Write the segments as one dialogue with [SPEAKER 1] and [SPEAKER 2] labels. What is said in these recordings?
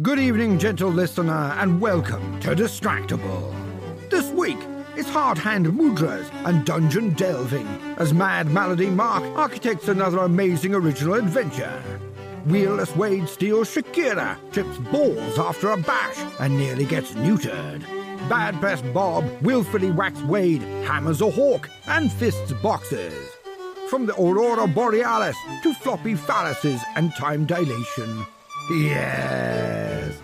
[SPEAKER 1] Good evening, gentle listener, and welcome to Distractable. This week, it's hard hand mudras and dungeon delving as Mad Malady Mark architects another amazing original adventure. Wheelless Wade steals Shakira, chips balls after a bash, and nearly gets neutered. Bad Press Bob willfully whacks Wade, hammers a hawk, and fists boxes. From the Aurora Borealis to floppy phalluses and time dilation. Yes!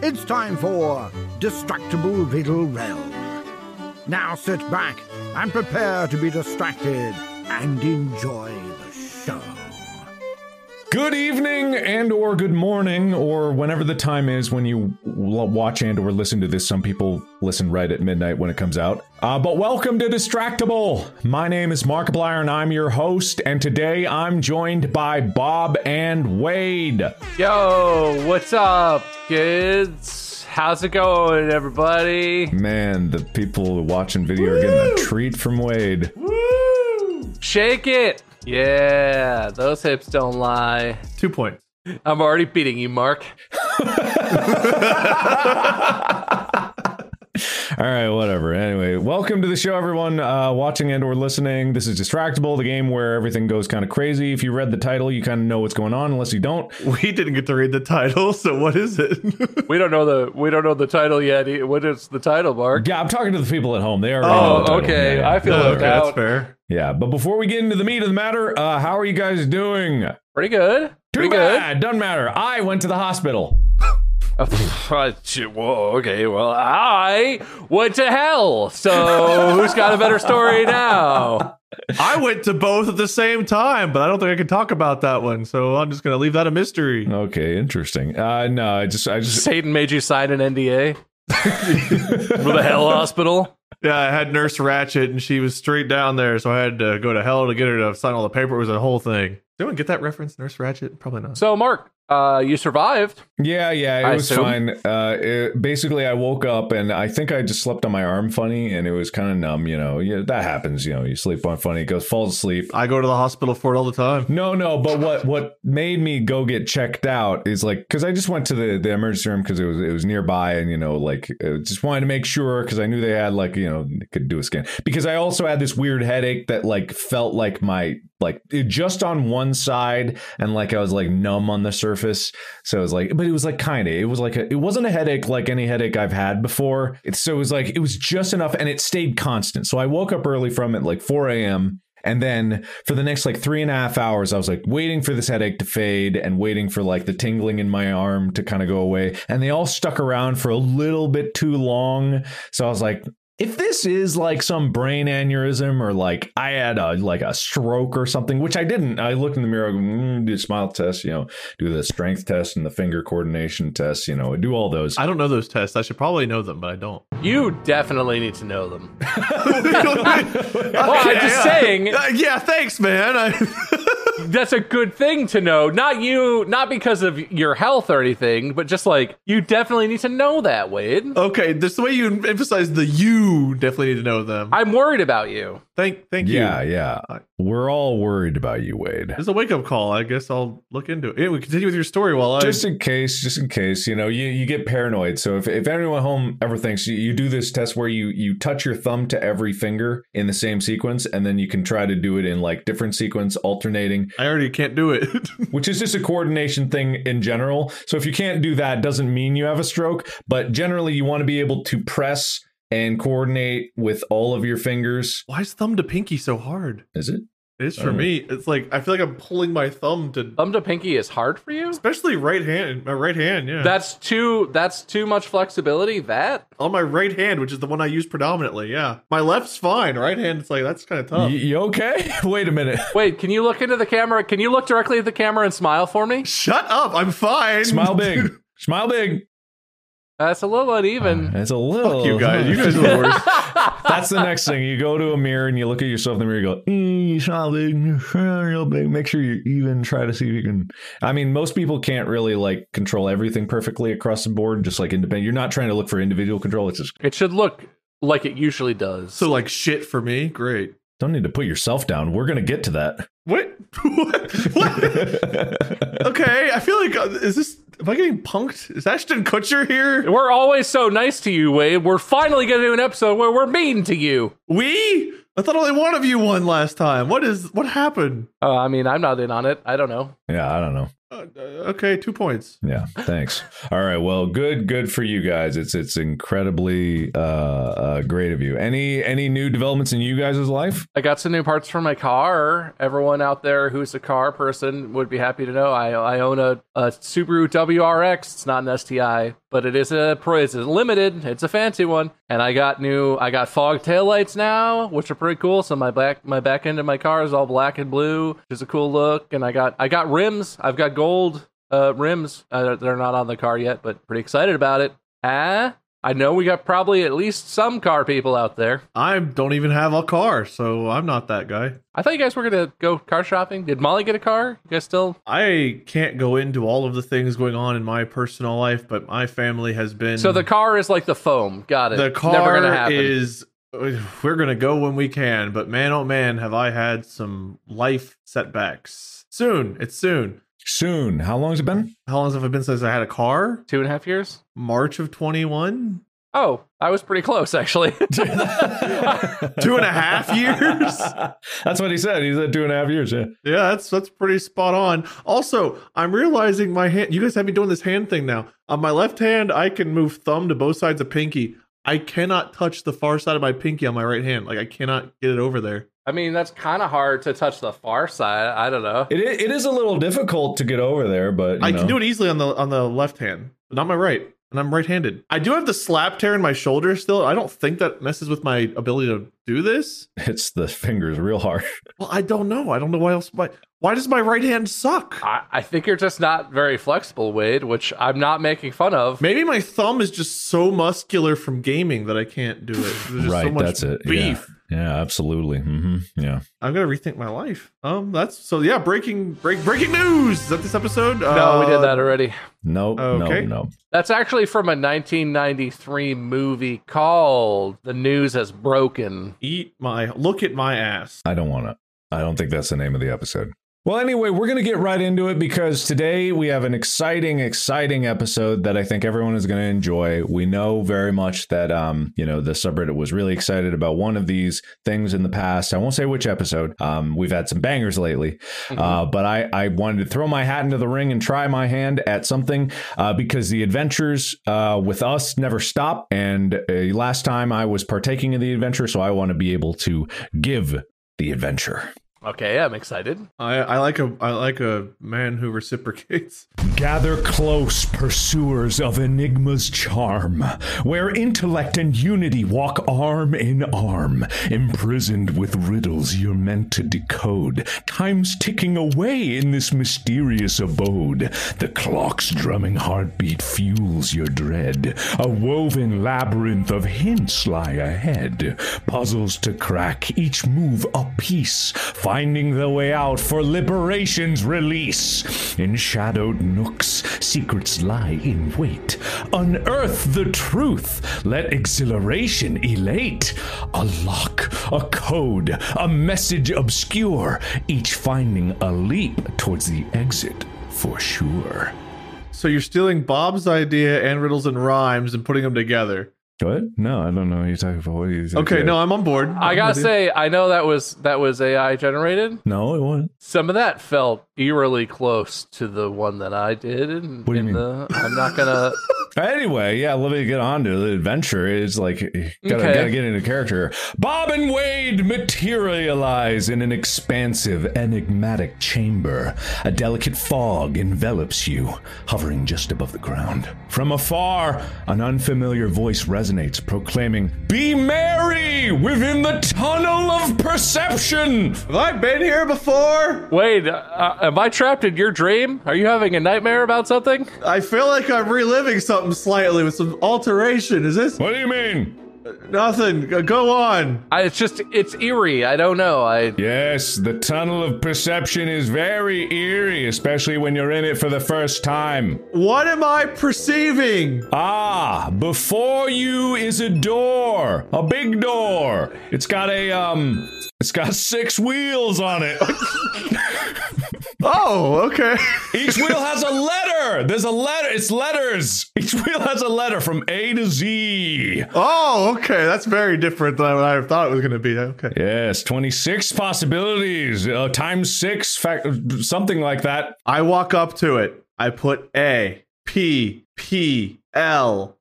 [SPEAKER 1] It's time for Distractable Riddle Realm. Now sit back and prepare to be distracted and enjoy the show.
[SPEAKER 2] Good evening and or good morning or whenever the time is when you l- watch and or listen to this. Some people listen right at midnight when it comes out. Uh, but welcome to Distractable. My name is Markiplier and I'm your host. And today I'm joined by Bob and Wade.
[SPEAKER 3] Yo, what's up, kids? How's it going, everybody?
[SPEAKER 2] Man, the people watching video are getting a treat from Wade.
[SPEAKER 3] Shake it! Yeah, those hips don't lie.
[SPEAKER 4] Two points.
[SPEAKER 3] I'm already beating you, Mark.
[SPEAKER 2] All right, whatever. Anyway, welcome to the show, everyone uh, watching and/or listening. This is Distractable, the game where everything goes kind of crazy. If you read the title, you kind of know what's going on, unless you don't.
[SPEAKER 4] We didn't get to read the title, so what is it?
[SPEAKER 3] We don't know the we don't know the title yet. e- What is the title, Mark?
[SPEAKER 2] Yeah, I'm talking to the people at home. They are.
[SPEAKER 3] Oh, okay.
[SPEAKER 2] Yeah, yeah.
[SPEAKER 3] I feel
[SPEAKER 4] Okay,
[SPEAKER 3] left
[SPEAKER 4] that's
[SPEAKER 3] out.
[SPEAKER 4] fair.
[SPEAKER 2] yeah, but before we get into the meat of the matter, uh, how are you guys doing?
[SPEAKER 3] Pretty good.
[SPEAKER 2] Too
[SPEAKER 3] Pretty
[SPEAKER 2] bad. Doesn't matter. I went to the hospital.
[SPEAKER 3] Uh, pff, I- ch- Whoa, okay, well, I went to hell. So who's got a better story now?
[SPEAKER 4] I went to both at the same time, but I don't think I can talk about that one, so I'm just going to leave that a mystery.
[SPEAKER 2] Okay, interesting. Uh, no, I just, I just.
[SPEAKER 3] Satan made you sign an NDA for the hell hospital.
[SPEAKER 4] Yeah, I had Nurse Ratchet, and she was straight down there, so I had to go to hell to get her to sign all the paper. It was a whole thing. Did anyone get that reference, Nurse Ratchet? Probably not.
[SPEAKER 3] So, Mark, uh, you survived.
[SPEAKER 2] Yeah, yeah, it
[SPEAKER 3] I
[SPEAKER 2] was
[SPEAKER 3] assume.
[SPEAKER 2] fine. Uh, it, basically, I woke up and I think I just slept on my arm funny, and it was kind of numb. You know, yeah, that happens. You know, you sleep on funny, it goes falls asleep.
[SPEAKER 4] I go to the hospital for it all the time.
[SPEAKER 2] No, no, but what what made me go get checked out is like because I just went to the, the emergency room because it was it was nearby and you know like uh, just wanted to make sure because I knew they had like you know they could do a scan because I also had this weird headache that like felt like my like it just on one side and like I was like numb on the surface so it was like but it was like kind of it was like a, it wasn't a headache like any headache I've had before it's so it was like it was just enough and it stayed constant so I woke up early from it like 4 a.m. And then for the next like three and a half hours, I was like waiting for this headache to fade and waiting for like the tingling in my arm to kind of go away. And they all stuck around for a little bit too long. So I was like, if this is like some brain aneurysm or like I had a like a stroke or something, which I didn't, I looked in the mirror, mm, did smile test, you know, do the strength test and the finger coordination test, you know, do all those.
[SPEAKER 4] I don't know those tests. I should probably know them, but I don't.
[SPEAKER 3] You definitely need to know them.
[SPEAKER 4] well,
[SPEAKER 3] I'm just saying.
[SPEAKER 4] yeah, thanks, man. I,
[SPEAKER 3] That's a good thing to know. Not you, not because of your health or anything, but just like you definitely need to know that, Wade.
[SPEAKER 4] okay, this the way you emphasize the you definitely need to know them.
[SPEAKER 3] I'm worried about you.
[SPEAKER 4] Thank, thank you.
[SPEAKER 2] yeah, yeah. We're all worried about you, Wade.
[SPEAKER 4] It's a wake up call. I guess I'll look into it. Anyway, continue with your story while I.
[SPEAKER 2] just in case just in case you know you, you get paranoid so if, if anyone at home ever thinks you, you do this test where you you touch your thumb to every finger in the same sequence and then you can try to do it in like different sequence alternating
[SPEAKER 4] I already can't do it.
[SPEAKER 2] which is just a coordination thing in general so if you can't do that doesn't mean you have a stroke but generally you want to be able to press and coordinate with all of your fingers
[SPEAKER 4] Why is thumb to pinky so hard?
[SPEAKER 2] is it
[SPEAKER 4] It's for
[SPEAKER 2] Oh.
[SPEAKER 4] me. It's like I feel like I'm pulling my thumb to,
[SPEAKER 3] Thumb to pinky is hard for you.
[SPEAKER 4] especially right hand. My right hand, yeah.
[SPEAKER 3] That's too. That's too much flexibility. That
[SPEAKER 4] on my right hand, which is the one I use predominantly. Yeah, my left's fine. Right hand, it's like that's kind of tough.
[SPEAKER 2] you, you okay wait a minute
[SPEAKER 3] Wade, can you look into the camera? Can you look directly at the camera and smile for me?
[SPEAKER 4] Shut up! I'm fine.
[SPEAKER 2] smile big smile big
[SPEAKER 3] That's a little uneven.
[SPEAKER 2] it's a little
[SPEAKER 4] Fuck you guys. You guys are the worst.
[SPEAKER 2] That's the next thing. You go to a mirror and you look at yourself in the mirror. You go, "Mm, it's not big, it's not real big. Make sure you even try to see if you can. I mean, most people can't really like control everything perfectly across the board. Just like independent, you're not trying to look for individual control. It's just
[SPEAKER 3] It should look like it usually does.
[SPEAKER 4] so like shit for me. Great.
[SPEAKER 2] Don't need to put yourself down. We're gonna get to that.
[SPEAKER 4] What? what? What? okay, I feel like uh, is this? Am I getting punked? Is Ashton Kutcher here?
[SPEAKER 3] We're always so nice to you, Wade. We're finally going to do an episode where we're mean to you.
[SPEAKER 4] We? I thought only one of you won last time. What is? What happened?
[SPEAKER 3] Uh, I mean, I'm not in on it. I don't know.
[SPEAKER 2] yeah, I don't know.
[SPEAKER 4] Uh, uh, okay, two points.
[SPEAKER 2] Yeah, thanks. All right, well, good, good for you guys. It's it's incredibly uh, uh great of you. Any any new developments in you guys' life?
[SPEAKER 3] I got some new parts for my car. Everyone out there who's a car person would be happy to know I, I own a, a Subaru WRX. It's not an STI, but it is a pro- it's a limited. It's a fancy one, and I got new. I got fog taillights now, which are pretty cool. So my back my back end of my car is all black and blue, which is a cool look. And I got I got rims. I've got gold uh, rims. Uh, they're not on the car yet, but pretty excited about it. Ah. I know we got probably at least some car people out there.
[SPEAKER 4] I don't even have a car, so I'm not that guy.
[SPEAKER 3] I thought you guys were gonna go car shopping. Did Molly get a car? You guys still?
[SPEAKER 4] I can't go into all of the things going on in my personal life, but my family has been
[SPEAKER 3] So the car is like the foam. Got it.
[SPEAKER 4] the car
[SPEAKER 3] Never gonna happen.
[SPEAKER 4] is we're gonna go when we can but man oh man have i had some life setbacks soon it's soon
[SPEAKER 2] Soon. How long has it been?
[SPEAKER 4] how long have it been since i had a car
[SPEAKER 3] two and a half years.
[SPEAKER 4] march of 21
[SPEAKER 3] Oh, I was pretty close actually.
[SPEAKER 4] two and a half years
[SPEAKER 2] That's what he said. He said two and a half years. Yeah.
[SPEAKER 4] yeah that's that's pretty spot on also i'm realizing my hand you guys have me doing this hand thing now on my left hand i can move thumb to both sides of pinky i cannot touch the far side of my pinky on my right hand like i cannot get it over there
[SPEAKER 3] I mean, that's kind of hard to touch the far side. I don't know.
[SPEAKER 2] It, i- it is a little difficult to get over there, but you
[SPEAKER 4] I
[SPEAKER 2] know.
[SPEAKER 4] can do it easily on the on the left hand, but not my right. And I'm right-handed. I do have the slap tear in my shoulder still. I don't think that messes with my ability to do this.
[SPEAKER 2] Hits the fingers real hard.
[SPEAKER 4] Well, I don't know. I don't know why else. Why, why does my right hand suck?
[SPEAKER 3] I, I think you're just not very flexible, Wade, which I'm not making fun of.
[SPEAKER 4] Maybe my thumb is just so muscular from gaming that I can't do it. There's just so
[SPEAKER 2] right.
[SPEAKER 4] much
[SPEAKER 2] that's it.
[SPEAKER 4] Beef.
[SPEAKER 2] Yeah. Yeah. Absolutely. hmm Yeah.
[SPEAKER 4] I'm gonna rethink my life. Um, that's so. Yeah, breaking break breaking news. Is that this episode? Uh,
[SPEAKER 3] no, we did that already.
[SPEAKER 2] No.
[SPEAKER 4] Okay.
[SPEAKER 2] No. No.
[SPEAKER 3] That's actually from a 1993 movie called "The News Has Broken."
[SPEAKER 4] Eat my look at my ass.
[SPEAKER 2] I don't want to. I don't think that's the name of the episode. Well, anyway, we're going to get right into it because today we have an exciting, exciting episode that I think everyone is going to enjoy. We know very much that, um, you know, the subreddit was really excited about one of these things in the past. I won't say which episode. Um, we've had some bangers lately, uh, but I, I wanted to throw my hat into the ring and try my hand at something uh, because the adventures uh, with us never stop. And uh, last time I was partaking in the adventure, so I want to be able to give the adventure.
[SPEAKER 3] Okay, I'm excited.
[SPEAKER 4] I, I like a I like a man who reciprocates.
[SPEAKER 2] Gather close, pursuers of Enigma's charm, where intellect and unity walk arm in arm, imprisoned with riddles you're meant to decode. Time's ticking away in this mysterious abode. The clock's drumming heartbeat fuels your dread. A woven labyrinth of hints lie ahead. Puzzles to crack, each move a piece, finding the way out for liberation's release. In shadowed nooks, secrets lie in wait. Unearth the truth, let exhilaration elate. A lock, a code, a message obscure, each finding a leap towards the exit for sure.
[SPEAKER 4] So you're stealing Bob's idea and riddles and rhymes and putting them together.
[SPEAKER 2] What? No, I don't know what you're talking about. What are you talking
[SPEAKER 4] Okay, no, I'm on board.
[SPEAKER 3] I gotta say, I know that was that was AI generated.
[SPEAKER 2] No, it wasn't.
[SPEAKER 3] some of that felt eerily close to the one that I did. In,
[SPEAKER 2] What do you
[SPEAKER 3] in
[SPEAKER 2] mean?
[SPEAKER 3] The, I'm not gonna.
[SPEAKER 2] Anyway, yeah, let me get on to the adventure. It's like gotta,
[SPEAKER 3] Okay.
[SPEAKER 2] gotta get into character. Bob and Wade materialize in an expansive, enigmatic chamber. A delicate fog envelops you, hovering just above the ground. From afar, an unfamiliar voice resonates, proclaiming, "Be merry within the tunnel of perception."
[SPEAKER 4] Have I been here before?
[SPEAKER 3] Wade, uh, am I trapped in your dream? Are you having a nightmare about something?
[SPEAKER 4] I feel like I'm reliving something slightly with some alteration. Is this
[SPEAKER 2] What do you mean?
[SPEAKER 4] nothing? Go- Go on.
[SPEAKER 3] I, it's just it's eerie. I don't know. I
[SPEAKER 2] Yes, the tunnel of perception is very eerie, especially when you're in it for the first time.
[SPEAKER 4] What am I perceiving?
[SPEAKER 2] Ah, before you is a door, a big door. It's got a um It's got six wheels on it.
[SPEAKER 4] Oh, okay.
[SPEAKER 2] Each wheel has a letter. There's a letter. It's letters. Each wheel has a letter from A to Z.
[SPEAKER 4] Oh, okay. That's very different than what I thought it was going to be. Okay.
[SPEAKER 2] Yes, 26 possibilities. Uh, times six, fact, something like that.
[SPEAKER 4] I walk up to it. I put A, P, P, L.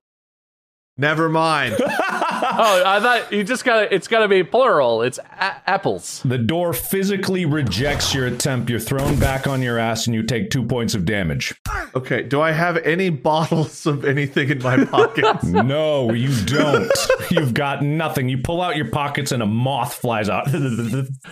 [SPEAKER 4] Never mind.
[SPEAKER 3] Oh, I thought you just gotta. It's gotta be plural. It's a- apples.
[SPEAKER 2] The door physically rejects your attempt. You're thrown back on your ass and you take two points of damage.
[SPEAKER 4] Okay. Do I have any bottles of anything in my pockets?
[SPEAKER 2] No, you don't. You've got nothing. You pull out your pockets and a moth flies out.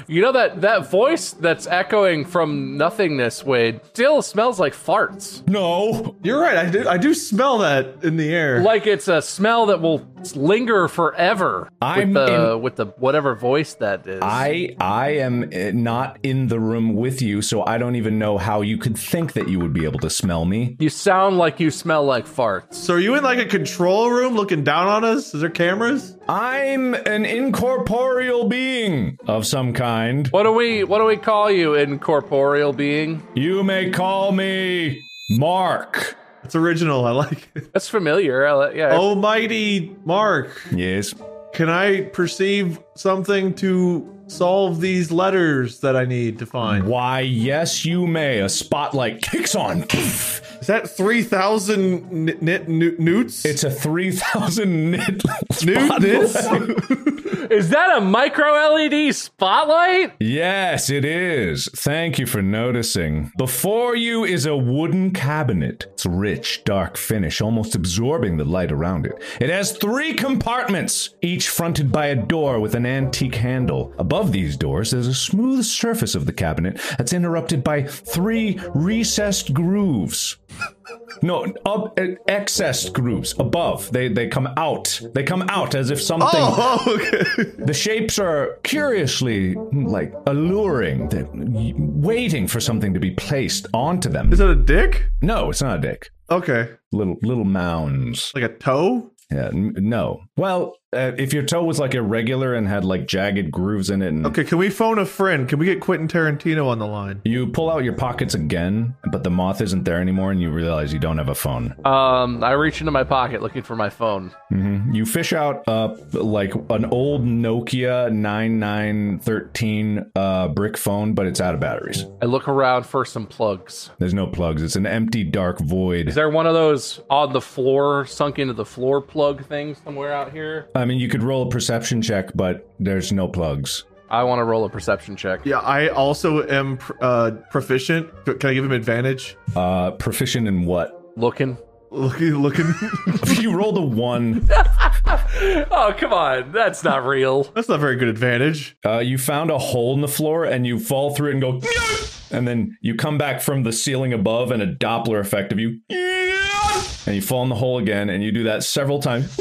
[SPEAKER 3] You know that that voice that's echoing from nothingness, Wade, still smells like farts.
[SPEAKER 2] no.
[SPEAKER 4] You're right. I do. I do smell that in the air.
[SPEAKER 3] Like it's a smell that will linger forever.
[SPEAKER 2] I'm
[SPEAKER 3] with the with the whatever voice that is.
[SPEAKER 2] I I am uh, not in the room with you, so I don't even know how you could think that you would be able to smell me.
[SPEAKER 3] you sound like you smell like farts.
[SPEAKER 4] so are you in like a control room looking down on us? Is there cameras?
[SPEAKER 2] I'm an incorporeal being of some kind.
[SPEAKER 3] What do we what do we call you, incorporeal being?
[SPEAKER 2] You may call me Mark.
[SPEAKER 4] It's original. I like it.
[SPEAKER 3] That's familiar. I li- Yeah.
[SPEAKER 4] Almighty Mark.
[SPEAKER 2] Yes.
[SPEAKER 4] Can I perceive something to solve these letters that I need to find?
[SPEAKER 2] Why, yes, you may. A spotlight kicks on.
[SPEAKER 4] Is that 3,000 n- n- n- newts?
[SPEAKER 2] It's a 3,000 nit
[SPEAKER 4] Newt- nits?
[SPEAKER 2] spotlight.
[SPEAKER 3] Is that a micro LED spotlight?
[SPEAKER 2] Yes, it is. Thank you for noticing. Before you is a wooden cabinet. It's a rich, dark finish, almost absorbing the light around it. It has three compartments, each fronted by a door with an antique handle. Above these doors, there's a smooth surface of the cabinet that's interrupted by three recessed grooves. No, up, uh, excessed grooves above. They they come out. They come out as if something
[SPEAKER 4] Oh, okay.
[SPEAKER 2] the shapes are curiously, like, alluring, They're waiting for something to be placed onto them.
[SPEAKER 4] Is it a dick?
[SPEAKER 2] No, it's not a dick.
[SPEAKER 4] Okay.
[SPEAKER 2] Little little mounds.
[SPEAKER 4] Like a toe?
[SPEAKER 2] Yeah, n- no. Well, uh, if your toe was like irregular and had like jagged grooves in it, and
[SPEAKER 4] Okay, can we phone a friend? Can we get Quentin Tarantino on the line?
[SPEAKER 2] you pull out your pockets again, but the moth isn't there anymore, and you realize you don't have a phone.
[SPEAKER 3] Um, I reach into my pocket looking for my phone.
[SPEAKER 2] hmm You fish out uh like an old Nokia nine nine thirteen uh brick phone, but it's out of batteries.
[SPEAKER 3] I look around for some plugs.
[SPEAKER 2] There's no plugs. It's an empty dark void.
[SPEAKER 3] Is there one of those on the floor, sunk into the floor plug things somewhere out here?
[SPEAKER 2] I mean, you could roll a perception check, but there's no plugs.
[SPEAKER 3] I want to roll a perception check.
[SPEAKER 4] Yeah, I also am pr- uh, proficient. C- Can I give him advantage?
[SPEAKER 2] Uh, proficient in what?
[SPEAKER 3] Looking.
[SPEAKER 4] Looking, looking.
[SPEAKER 2] you rolled a one.
[SPEAKER 3] Oh, come on. That's not real.
[SPEAKER 4] That's not very good advantage.
[SPEAKER 2] Uh, you found a hole in the floor and you fall through it and go, and then you come back from the ceiling above and a Doppler effect of you, and you fall in the hole again and you do that several times.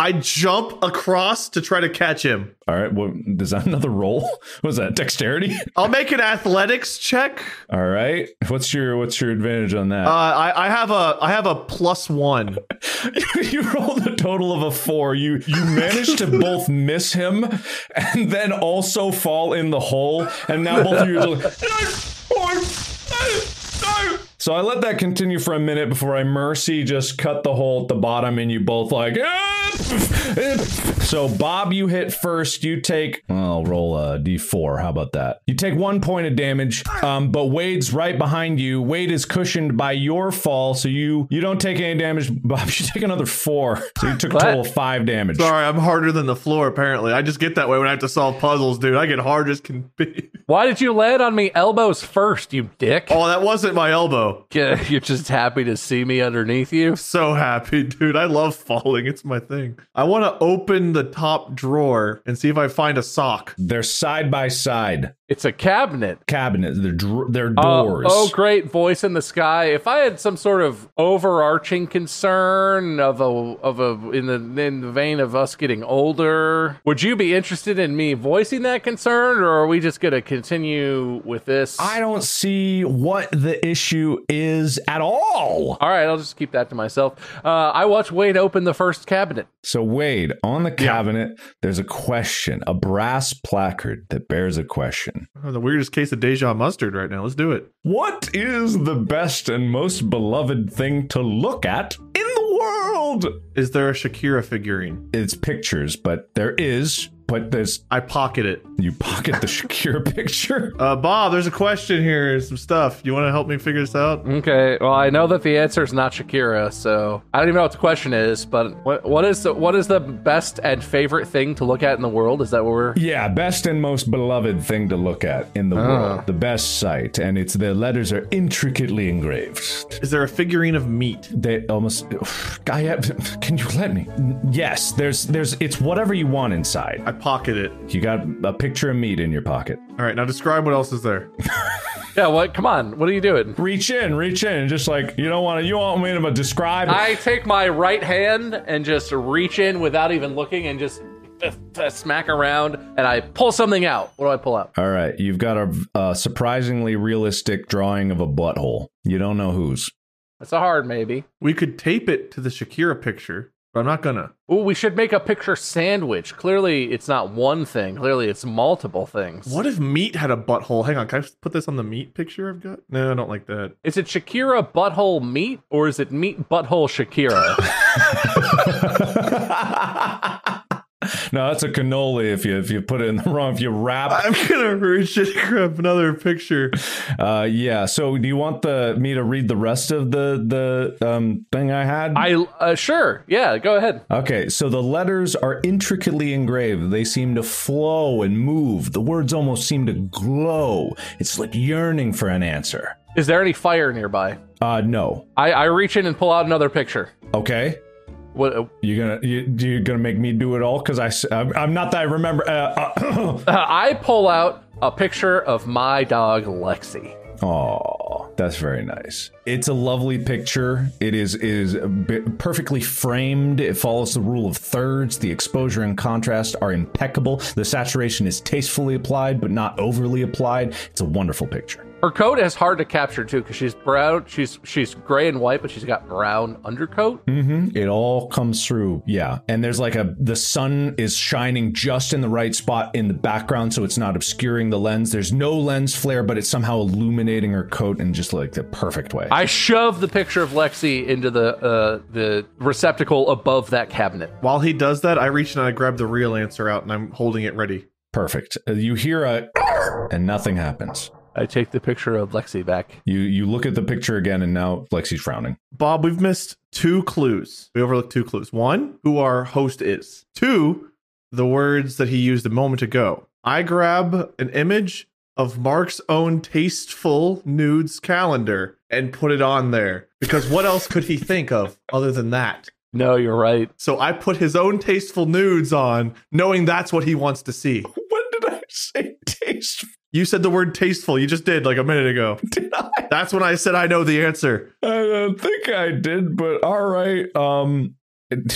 [SPEAKER 4] I jump across to try to catch him.
[SPEAKER 2] All right, well, is that another roll? What Was that dexterity?
[SPEAKER 4] I'll make an athletics check.
[SPEAKER 2] All right, what's your what's your advantage on that?
[SPEAKER 4] Uh, I, I have a I have a plus one.
[SPEAKER 2] you rolled a total of a four. You you managed to both miss him and then also fall in the hole, and now both of you are like. So I let that continue for a minute before I mercy just cut the hole at the bottom, and you both like. "Ah, pff, eh." So Bob, you hit first. You take. I'll roll a d4. How about that? You take one point of damage. Um, but Wade's right behind you. Wade is cushioned by your fall, so you you don't take any damage. Bob, you take another four. So you took a total of five damage.
[SPEAKER 4] Sorry, I'm harder than the floor. Apparently, I just get that way when I have to solve puzzles, dude. I get hard as can be.
[SPEAKER 3] Why did you land on me elbows first, you dick?
[SPEAKER 4] Oh, that wasn't my elbow.
[SPEAKER 3] Yeah, You're just happy to see me underneath you?
[SPEAKER 4] So happy, dude. I love falling. It's my thing. I want to open the top drawer and see if I find a sock.
[SPEAKER 2] They're side by side.
[SPEAKER 3] It's a cabinet.
[SPEAKER 2] cabinets. They're dr- they're
[SPEAKER 3] Uh,
[SPEAKER 2] doors.
[SPEAKER 3] oh, great voice in the sky! If I had some sort of overarching concern of a of a in the in the vein of us getting older, would you be interested in me voicing that concern, or are we just going to continue with this?
[SPEAKER 2] I don't see what the issue is at all.
[SPEAKER 3] All right, I'll just keep that to myself. Uh, I watched Wade open the first cabinet.
[SPEAKER 2] So Wade, on the cabinet, there's a question, a brass placard that bears a question.
[SPEAKER 4] Oh, the weirdest case of deja mustard right now. Let's do it.
[SPEAKER 2] What is the best and most beloved thing to look at in the world?
[SPEAKER 4] Is there a Shakira figurine?
[SPEAKER 2] It's pictures, but there is, but there's
[SPEAKER 4] I pocket it.
[SPEAKER 2] you pocket the Shakira picture.
[SPEAKER 4] Uh, Bob, there's a question here. Some stuff. You want to help me figure this out?
[SPEAKER 3] Okay, well, I know that the answer is not Shakira, so I don't even know what the question is. But what what is the what is the best and favorite thing to look at in the world? Is that what we're?
[SPEAKER 2] Yeah, best and most beloved thing to look at in the world. The best site, and it's the letters are intricately engraved.
[SPEAKER 4] Is there a figurine of meat?
[SPEAKER 2] They almost I have, can you let me? Yes, there's there's it's whatever you want inside.
[SPEAKER 4] I pocket it.
[SPEAKER 2] You got a picture of meat in your pocket.
[SPEAKER 4] All right, now describe what else is there.
[SPEAKER 3] Yeah, what? Come on, what are you doing?
[SPEAKER 2] Reach in, reach in, and just like you don't want to you want me to describe it.
[SPEAKER 3] I take my right hand and just reach in without even looking and just uh, smack around, and I pull something out. What do I pull out?
[SPEAKER 2] All right, you've got a, a surprisingly realistic drawing of a butthole. You don't know whose.
[SPEAKER 3] That's a hard maybe.
[SPEAKER 4] We could tape it to the Shakira picture, but I'm not gonna.
[SPEAKER 3] Ooh, we should make a picture sandwich. Clearly, it's not one thing. Clearly, it's multiple things.
[SPEAKER 4] What if meat had a butthole? Hang on, can I put this on the meat picture I've got? No, I don't like that.
[SPEAKER 3] Is it Shakira butthole meat or is it meat butthole Shakira?
[SPEAKER 2] No, that's a cannoli. If you if you put it in the wrong, if you wrap,
[SPEAKER 4] I'm gonna reach and grab another picture.
[SPEAKER 2] uh, yeah. So do you want the me to read the rest of the the um thing I had?
[SPEAKER 3] I uh, sure, yeah. Go ahead.
[SPEAKER 2] Okay, so the letters are intricately engraved. They seem to flow and move. The words almost seem to glow. It's like yearning for an answer.
[SPEAKER 3] Is there any fire nearby?
[SPEAKER 2] Uh, no.
[SPEAKER 3] I, I reach in and pull out another picture.
[SPEAKER 2] Okay.
[SPEAKER 3] What? Uh,
[SPEAKER 2] You're gonna you, you're gonna make me do it all because I am I'm not that I remember. Uh,
[SPEAKER 3] I pull out a picture of my dog Lexi.
[SPEAKER 2] oh, that's very nice. It's a lovely picture. It is it is a bit perfectly framed. It follows the rule of thirds. The exposure and contrast are impeccable. The saturation is tastefully applied but not overly applied. It's a wonderful picture.
[SPEAKER 3] Her coat is hard to capture too because she's brown. She's she's gray and white, but she's got brown undercoat.
[SPEAKER 2] Mm-hmm. It all comes through. Yeah. And there's like a, the sun is shining just in the right spot in the background, so it's not obscuring the lens. There's no lens flare, but it's somehow illuminating her coat in just like the perfect way.
[SPEAKER 3] I shove the picture of Lexi into the uh, the receptacle above that cabinet.
[SPEAKER 4] While he does that, I reach and I grab the real answer out and I'm holding it ready.
[SPEAKER 2] perfect. Uh, You hear a, and nothing happens.
[SPEAKER 3] I take the picture of Lexi back.
[SPEAKER 2] You, you look at the picture again, and now Lexi's frowning.
[SPEAKER 4] Bob, we've missed two clues. We overlooked two clues. One, who our host is. Two, the words that he used a moment ago. I grab an image of Mark's own tasteful nudes calendar and put it on there because what else could he think of other than that?
[SPEAKER 3] No, you're right.
[SPEAKER 4] So I put his own tasteful nudes on, knowing that's what he wants to see.
[SPEAKER 2] When did I say taste?
[SPEAKER 4] You said the word tasteful. You just did like a minute ago.
[SPEAKER 2] Did I?
[SPEAKER 4] That's when I said I know the answer.
[SPEAKER 2] I don't think I did, but all right. Um,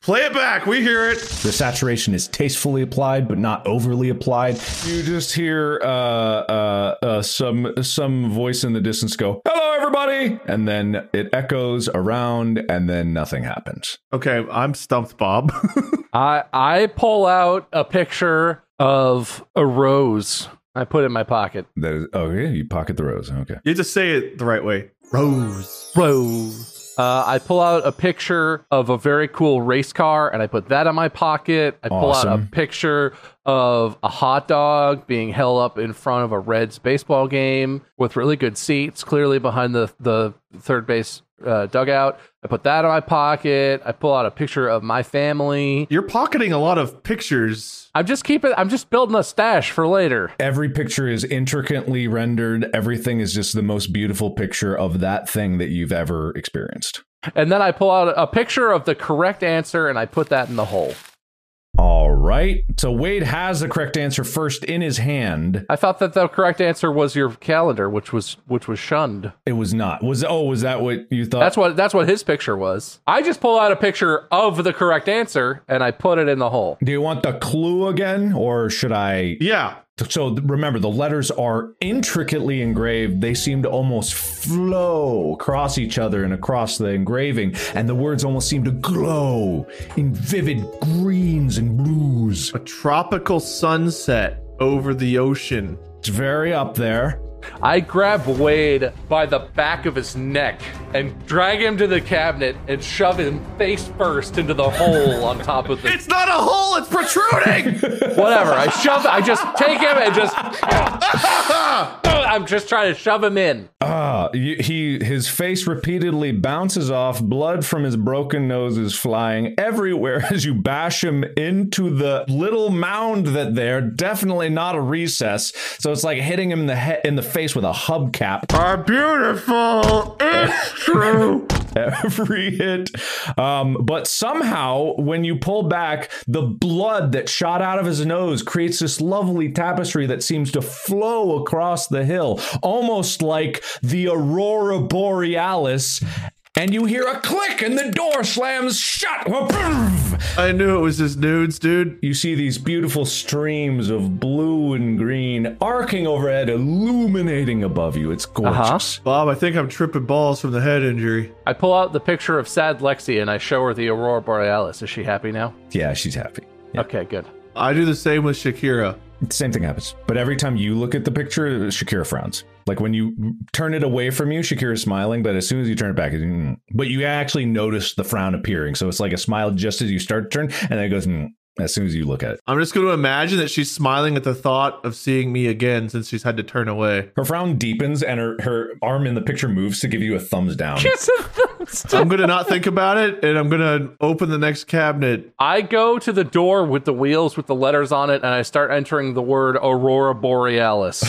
[SPEAKER 4] Play it back. We hear it.
[SPEAKER 2] The saturation is tastefully applied, but not overly applied. You just hear uh, uh, uh, some some voice in the distance go, "Hello, everybody!" And then it echoes around, and then nothing happens.
[SPEAKER 4] Okay, I'm stumped, Bob.
[SPEAKER 3] I I pull out a picture of a rose. I put it in my pocket.
[SPEAKER 2] That is, oh yeah, you pocket the rose. Okay,
[SPEAKER 4] You just say it the right way. Rose.
[SPEAKER 3] Rose. Uh, I pull out a picture of a very cool race car and I put that in my pocket. I pull out a
[SPEAKER 2] Awesome.
[SPEAKER 3] picture of a hot dog being held up in front of a Reds baseball game with really good seats, clearly behind the, the third base uh, dugout. I put that in my pocket. I pull out a picture of my family.
[SPEAKER 4] You're pocketing a lot of pictures.
[SPEAKER 3] I'm just keeping, I'm just building a stash for later.
[SPEAKER 2] every picture is intricately rendered. Everything is just the most beautiful picture of that thing that you've ever experienced.
[SPEAKER 3] And then I pull out a picture of the correct answer and I put that in the hole.
[SPEAKER 2] All All right. So Wade has the correct answer first in his hand.
[SPEAKER 3] I thought that the correct answer was your calendar, which was which was shunned.
[SPEAKER 2] It was not. Was oh, was that what you thought?
[SPEAKER 3] That's what that's what his picture was. I just pull out a picture of the correct answer and I put it in the hole.
[SPEAKER 2] Do you want the clue again, or should I?
[SPEAKER 4] Yeah.
[SPEAKER 2] So th- remember, the letters are intricately engraved. They seem to almost flow across each other and across the engraving, and the words almost seem to glow in vivid greens and blues.
[SPEAKER 4] A tropical sunset over the ocean.
[SPEAKER 2] It's very up there.
[SPEAKER 3] I grab Wade by the back of his neck and drag him to the cabinet and shove him face first into the hole on top of the
[SPEAKER 4] It's not a hole, it's protruding!
[SPEAKER 3] whatever. I shove I just take him and just I'm just trying to shove him in.
[SPEAKER 2] Ah, you, he his face repeatedly bounces off. Blood from his broken nose is flying everywhere as you bash him into the little mound that there. Definitely not a recess. So it's like hitting him in the he- in the face with a hubcap.
[SPEAKER 4] Are beautiful, it's true.
[SPEAKER 2] every hit. Um, but somehow, when you pull back, the blood that shot out of his nose creates this lovely tapestry that seems to flow across the hill, almost like the aurora borealis. And you hear a click, and the door slams shut.
[SPEAKER 4] I knew it was his nudes, dude.
[SPEAKER 2] You see these beautiful streams of blue and green arcing overhead, illuminating above you. It's gorgeous.
[SPEAKER 4] Bob, I think I'm tripping balls from the head injury.
[SPEAKER 3] I pull out the picture of sad Lexi and I show her the Aurora Borealis. Is she happy now?
[SPEAKER 2] Yeah, she's happy.
[SPEAKER 3] Okay, good.
[SPEAKER 4] I do the same with Shakira.
[SPEAKER 2] Same thing happens. But every time you look at the picture, Shakira frowns. Like when you turn it away from you, Shakira's smiling, but as soon as you turn it back, it's, mm. but you actually notice the frown appearing. So it's like a smile just as you start to turn, and then it goes mm, as soon as you look at it.
[SPEAKER 4] I'm just going to imagine that she's smiling at the thought of seeing me again since she's had to turn away.
[SPEAKER 2] Her frown deepens, and her, her arm in the picture moves to give you a thumbs down.
[SPEAKER 4] I'm going to not think about it and I'm going to open the next cabinet.
[SPEAKER 3] I go to the door with the wheels with the letters on it and I start entering the word Aurora Borealis.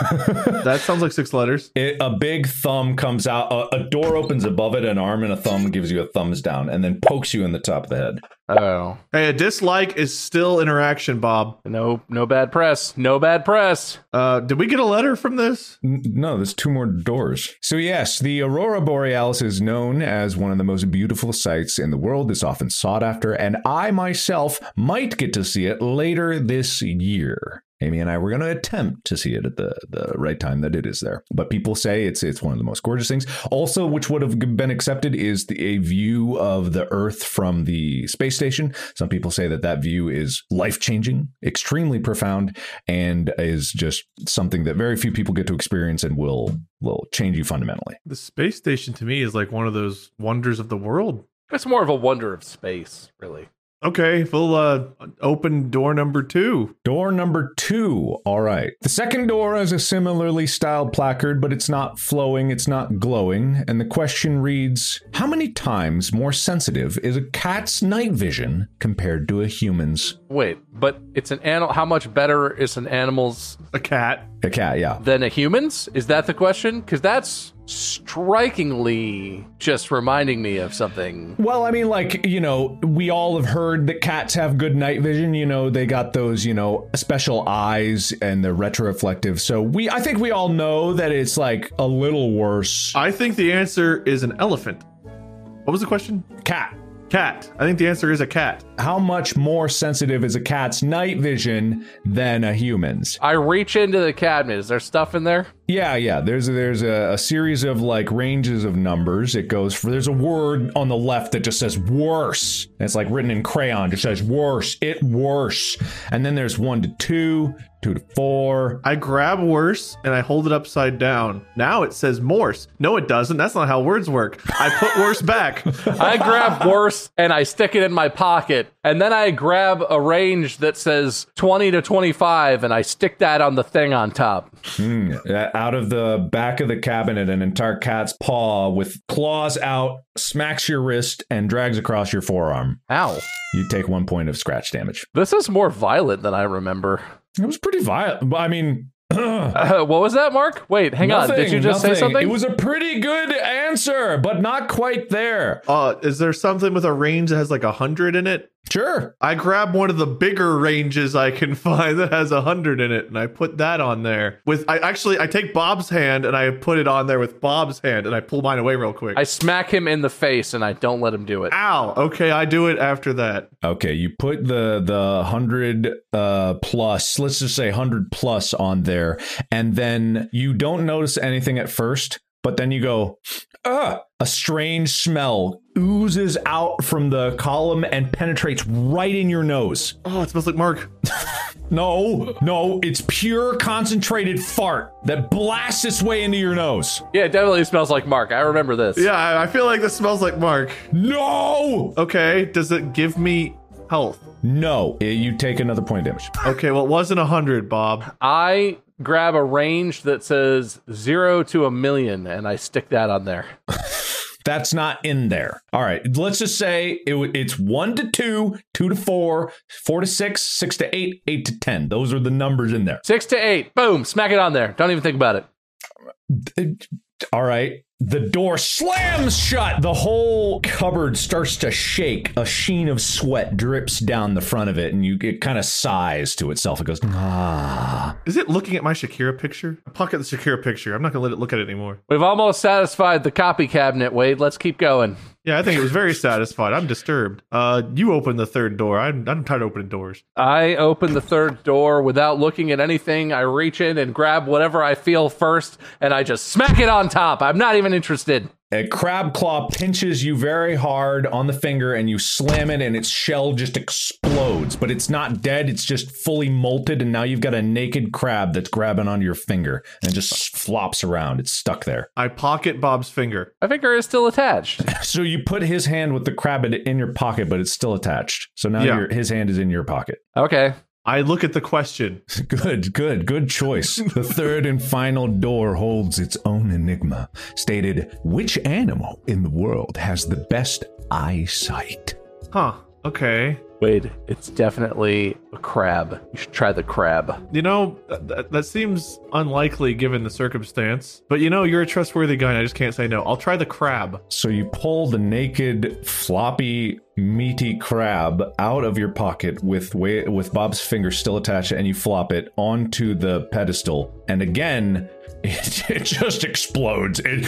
[SPEAKER 4] That sounds like six letters.
[SPEAKER 2] It, a big thumb comes out, a, a door opens above it, an arm and a thumb gives you a thumbs down, and then pokes you in the top of the head.
[SPEAKER 3] oh.
[SPEAKER 4] Hey, a dislike is still interaction, Bob.
[SPEAKER 3] No no bad press. No bad press.
[SPEAKER 4] Uh, did we get a letter from this?
[SPEAKER 2] N- No, there's two more doors. So, yes, the Aurora Borealis is known as one of the most beautiful sights in the world. It's often sought after, and I myself might get to see it later this year. Amy and I were going to attempt to see it at the, the right time that it is there. But people say it's it's one of the most gorgeous things. Also, which would have been accepted is the, a view of the Earth from the space station. Some people say that that view is life changing, extremely profound, and is just something that very few people get to experience and will will change you fundamentally.
[SPEAKER 4] The space station to me is like one of those wonders of the world.
[SPEAKER 3] It's more of a wonder of space, really.
[SPEAKER 4] Okay, we'll uh, open door number two.
[SPEAKER 2] Door number two. All right. The second door is a similarly styled placard, but it's not flowing, it's not glowing. And the question reads How many times more sensitive is a cat's night vision compared to a human's?
[SPEAKER 3] Wait, but it's an animal how much better is an animal's
[SPEAKER 4] A cat.
[SPEAKER 2] A cat, yeah.
[SPEAKER 3] than a human's? Is that the question? Cuz that's strikingly just reminding me of something.
[SPEAKER 2] Well, I mean, like, you know, we all have heard that cats have good night vision. You know, they got those, you know, special eyes and they're retroreflective. So we, I think we all know that it's like a little worse.
[SPEAKER 4] I think the answer is an elephant. What was the question?
[SPEAKER 2] Cat.
[SPEAKER 4] Cat. I think the answer is a cat.
[SPEAKER 2] how much more sensitive is a cat's night vision than a human's?
[SPEAKER 3] I reach into the cabinet. Is there stuff in there?
[SPEAKER 2] Yeah, yeah. There's a, there's a, a series of like ranges of numbers. It goes for there's a word on the left that just says worse. And it's like written in crayon. Just says worse. It worse. And then there's one to two, two to four.
[SPEAKER 4] I grab worse and I hold it upside down. Now it says Morse. No, it doesn't. That's not how words work. I put worse back.
[SPEAKER 3] I grab worse and I stick it in my pocket. And then I grab a range that says 20 to 25 and I stick that on the thing on top.
[SPEAKER 2] Hmm. Uh, Out of the back of the cabinet, an entire cat's paw with claws out smacks your wrist and drags across your forearm.
[SPEAKER 3] Ow.
[SPEAKER 2] You take one point of scratch damage.
[SPEAKER 3] This is more violent than I remember.
[SPEAKER 2] It was pretty violent. I mean,
[SPEAKER 3] Uh, what was that, Mark? Wait, hang on. Did
[SPEAKER 2] nothing,
[SPEAKER 3] you just say
[SPEAKER 2] nothing.
[SPEAKER 3] something?
[SPEAKER 2] It was a pretty good answer, but not quite there.
[SPEAKER 4] Uh, is there something with a range that has like a hundred in it?
[SPEAKER 2] Sure.
[SPEAKER 4] I grab one of the bigger ranges I can find that has a hundred in it, and I put that on there. With I actually I take Bob's hand and I put it on there with Bob's hand, and I pull mine away real quick.
[SPEAKER 3] I smack him in the face and I don't let him do it.
[SPEAKER 4] Ow! Okay, I do it after that.
[SPEAKER 2] Okay, you put the the hundred uh, plus, let's just say hundred plus on there, and then you don't notice anything at first, but then you go, Ugh! a strange smell oozes out from the column and penetrates right in your nose.
[SPEAKER 4] Oh, it smells like Mark.
[SPEAKER 2] No, no, it's pure concentrated fart that blasts its way into your nose.
[SPEAKER 3] Yeah, it definitely smells like Mark. I remember this.
[SPEAKER 4] Yeah, I I feel like this smells like Mark.
[SPEAKER 2] No,
[SPEAKER 4] Okay, does it give me health?
[SPEAKER 2] no, eh, you take another point of damage.
[SPEAKER 4] Okay, well it wasn't a hundred, Bob.
[SPEAKER 3] I grab a range that says zero to a million and I stick that on there.
[SPEAKER 2] That's not in there. All right. Let's just say it, w- it's one to two, two to four, four to six, six to eight, eight to 10. Those are the numbers in there.
[SPEAKER 3] Six to eight. Boom. Smack it on there. Don't even think about it.
[SPEAKER 2] It- All right. The door slams shut. The whole cupboard starts to shake. A sheen of sweat drips down the front of it, and you it kind of sighs to itself. It goes, ah.
[SPEAKER 4] Is it looking at my Shakira picture? Pocket the Shakira picture. I'm not gonna let it look at it anymore.
[SPEAKER 3] We've almost satisfied the copy cabinet, Wade. Let's keep going.
[SPEAKER 4] Yeah, I think it was very satisfied. I'm disturbed. Uh, you open the third door. I'm, I'm tired of opening doors.
[SPEAKER 3] I open the third door without looking at anything. I reach in and grab whatever I feel first, and I just smack it on top. I'm not even interested.
[SPEAKER 2] A crab claw pinches you very hard on the finger, and you slam it, and its shell just explodes. But it's not dead; it's just fully molted, and now you've got a naked crab that's grabbing onto your finger and just flops around. It's stuck there.
[SPEAKER 4] I pocket Bob's finger.
[SPEAKER 3] My finger is still attached.
[SPEAKER 2] So you put his hand with the crab in- in your pocket, but it's still attached. So now
[SPEAKER 4] Yeah.
[SPEAKER 2] your, his hand is in your pocket.
[SPEAKER 3] Okay.
[SPEAKER 4] I look at the question.
[SPEAKER 2] Good, good, good choice. The third and final door holds its own enigma. Stated, which animal in the world has the best eyesight?
[SPEAKER 4] Huh. Okay.
[SPEAKER 3] Wade, it's definitely a crab. You should try the crab.
[SPEAKER 4] You know, th- th- that seems unlikely given the circumstance. But you know, you're a trustworthy guy, and I just can't say no. I'll try the crab.
[SPEAKER 2] So you pull the naked, floppy, meaty crab out of your pocket with wa- with Bob's finger still attached, and you flop it onto the pedestal. And again, it, it just explodes. It,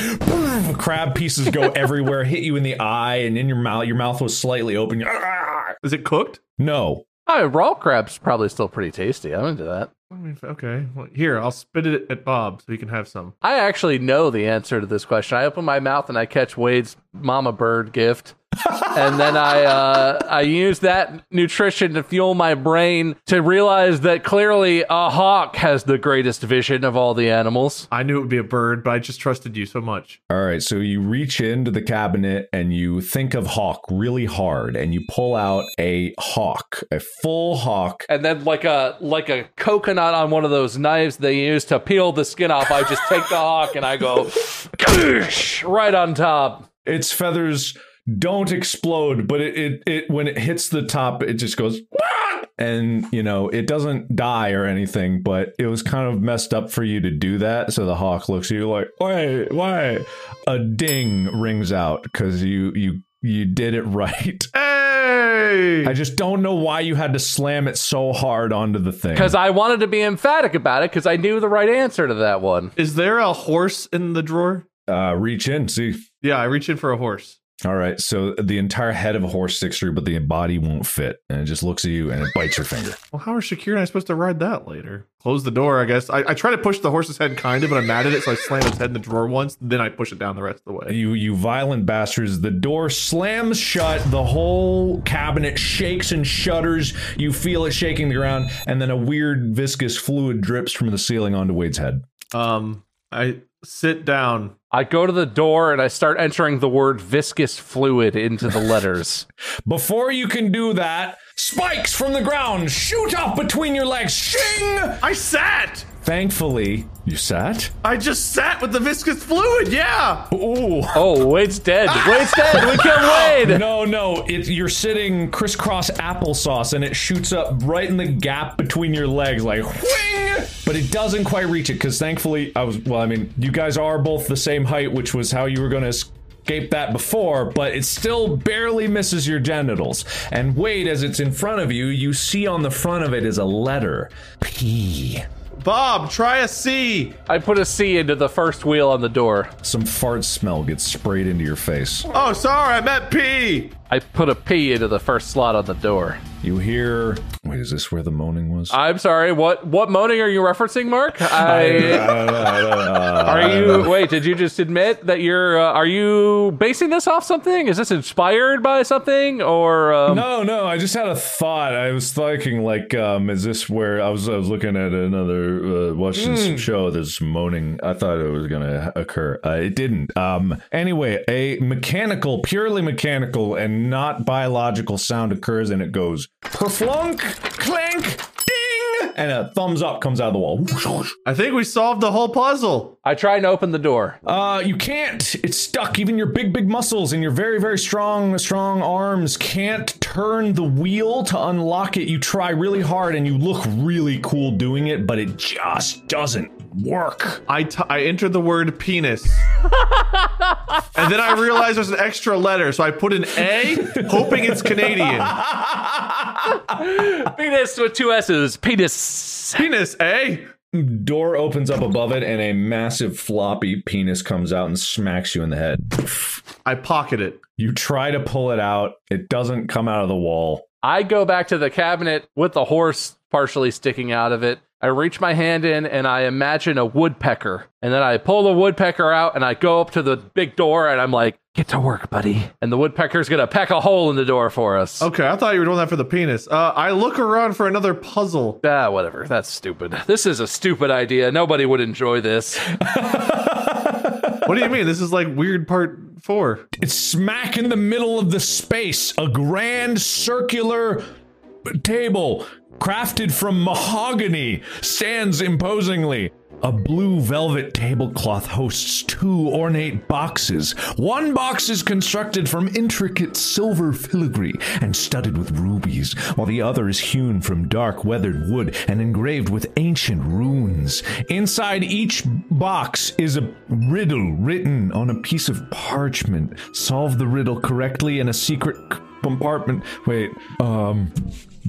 [SPEAKER 2] crab pieces go everywhere, hit you in the eye and in your mouth. Your mouth was slightly open. You're, "Ah!"
[SPEAKER 4] Is it cooked?
[SPEAKER 2] No,
[SPEAKER 3] Oh, raw crab's probably still pretty tasty. I'm into that.
[SPEAKER 4] I mean, okay. Well, here, I'll spit it at Bob so he can have some.
[SPEAKER 3] I actually know the answer to this question. I open my mouth and I catch Wade's mama bird gift. and then I uh, I use that nutrition to fuel my brain to realize that clearly a hawk has the greatest vision of all the animals.
[SPEAKER 4] I knew it would be a bird, but I just trusted you so much.
[SPEAKER 2] All right, so you reach into the cabinet and you think of Hawk really hard and you pull out a hawk, a full hawk.
[SPEAKER 3] And then like a like a coconut on one of those knives they use to peel the skin off, I just take the hawk and I go "Goosh," right on top.
[SPEAKER 2] Its feathers don't explode, but it, it, it when it hits the top, it just goes "Ah!" and you know, it doesn't die or anything, but it was kind of messed up for you to do that. So the hawk looks at you like, "Wait, why?" A ding rings out cuz you you you did it right.
[SPEAKER 4] Hey!
[SPEAKER 2] I just don't know why you had to slam it so hard onto the thing.
[SPEAKER 3] Because I wanted to be emphatic about it because I knew the right answer to that one.
[SPEAKER 4] Is there a horse in the drawer?
[SPEAKER 2] Uh, reach in, see.
[SPEAKER 4] Yeah, I reach in for a horse.
[SPEAKER 2] All right, so the entire head of a horse sticks through, but the body won't fit, and it just looks at you and it bites your finger.
[SPEAKER 4] Well, how are Shakira and I supposed to ride that later? Close the door, I guess. I, I try to push the horse's head kind of, but I'm mad at it, so I slam its head in the drawer once, then I push it down the rest of the way.
[SPEAKER 2] You, you violent bastards! The door slams shut. The whole cabinet shakes and shudders. You feel it shaking the ground, and then a weird viscous fluid drips from the ceiling onto Wade's head.
[SPEAKER 4] Um, I sit down.
[SPEAKER 3] I go to the door and I start entering the word viscous fluid into the letters.
[SPEAKER 2] Before you can do that, spikes from the ground shoot up between your legs. Shing!
[SPEAKER 4] I sat.
[SPEAKER 2] Thankfully, you sat.
[SPEAKER 4] I just sat with the viscous fluid. Yeah.
[SPEAKER 2] Ooh.
[SPEAKER 3] oh, Wade's dead. Wade's dead. We killed Wade.
[SPEAKER 2] Oh, No, no, it's you're sitting crisscross applesauce, and it shoots up right in the gap between your legs, like whing. But it doesn't quite reach it because thankfully, I was well. I mean, you guys are both the same height, which was how you were going to escaped that before, but it still barely misses your genitals. And wait, as it's in front of you, you see on the front of it is a letter P.
[SPEAKER 4] Bob, try a C.
[SPEAKER 3] I put a C into the first wheel on the door.
[SPEAKER 2] Some fart smell gets sprayed into your face.
[SPEAKER 4] Oh, sorry, I meant P.
[SPEAKER 3] I put a P into the first slot on the door.
[SPEAKER 2] You hear. Wait, is this where the moaning was?
[SPEAKER 3] I'm sorry. What what moaning are you referencing, Mark? I uh, are you wait? Did you just admit that you're? Uh, are you basing this off something? Is this inspired by something or? Um,
[SPEAKER 2] No, no. I just had a thought. I was thinking, like, um, is this where I was? I was looking at another uh, watching some show. There's moaning. I thought it was gonna occur. Uh, it didn't. Um. Anyway, a mechanical, purely mechanical, and not biological sound occurs, and it goes perflunk, clank, ding, and a thumbs up comes out of the wall.
[SPEAKER 4] I think we solved the whole puzzle.
[SPEAKER 3] I try and open the door.
[SPEAKER 2] Uh, you can't. It's stuck. Even your big, big muscles and your very, very strong, strong arms can't turn the wheel to unlock it. You try really hard and you look really cool doing it, but it just doesn't work.
[SPEAKER 4] I, t- I entered the word penis. and then I realized there's an extra letter, so I put an A, hoping it's Canadian.
[SPEAKER 3] Penis with two S's. Penis.
[SPEAKER 4] Penis A.
[SPEAKER 2] Door opens up above it, and a massive floppy penis comes out and smacks you in the head.
[SPEAKER 4] I pocket it.
[SPEAKER 2] You try to pull it out, it doesn't come out of the wall.
[SPEAKER 3] I go back to the cabinet with the horse partially sticking out of it. I reach my hand in and I imagine a woodpecker. And then I pull the woodpecker out and I go up to the big door and I'm like, get to work, buddy. And the woodpecker's going to peck a hole in the door for us.
[SPEAKER 4] Okay, I thought you were doing that for the penis. Uh, I look around for another puzzle.
[SPEAKER 3] Ah, whatever. That's stupid. This is a stupid idea. Nobody would enjoy this.
[SPEAKER 4] What do you mean? This is like weird part four.
[SPEAKER 2] It's smack in the middle of the space, a grand circular table crafted from mahogany stands imposingly. A blue velvet tablecloth hosts two ornate boxes. One box is constructed from intricate silver filigree and studded with rubies, while the other is hewn from dark weathered wood and engraved with ancient runes. Inside each box is a riddle written on a piece of parchment. Solve the riddle correctly and a secret c- compartment. Wait, um,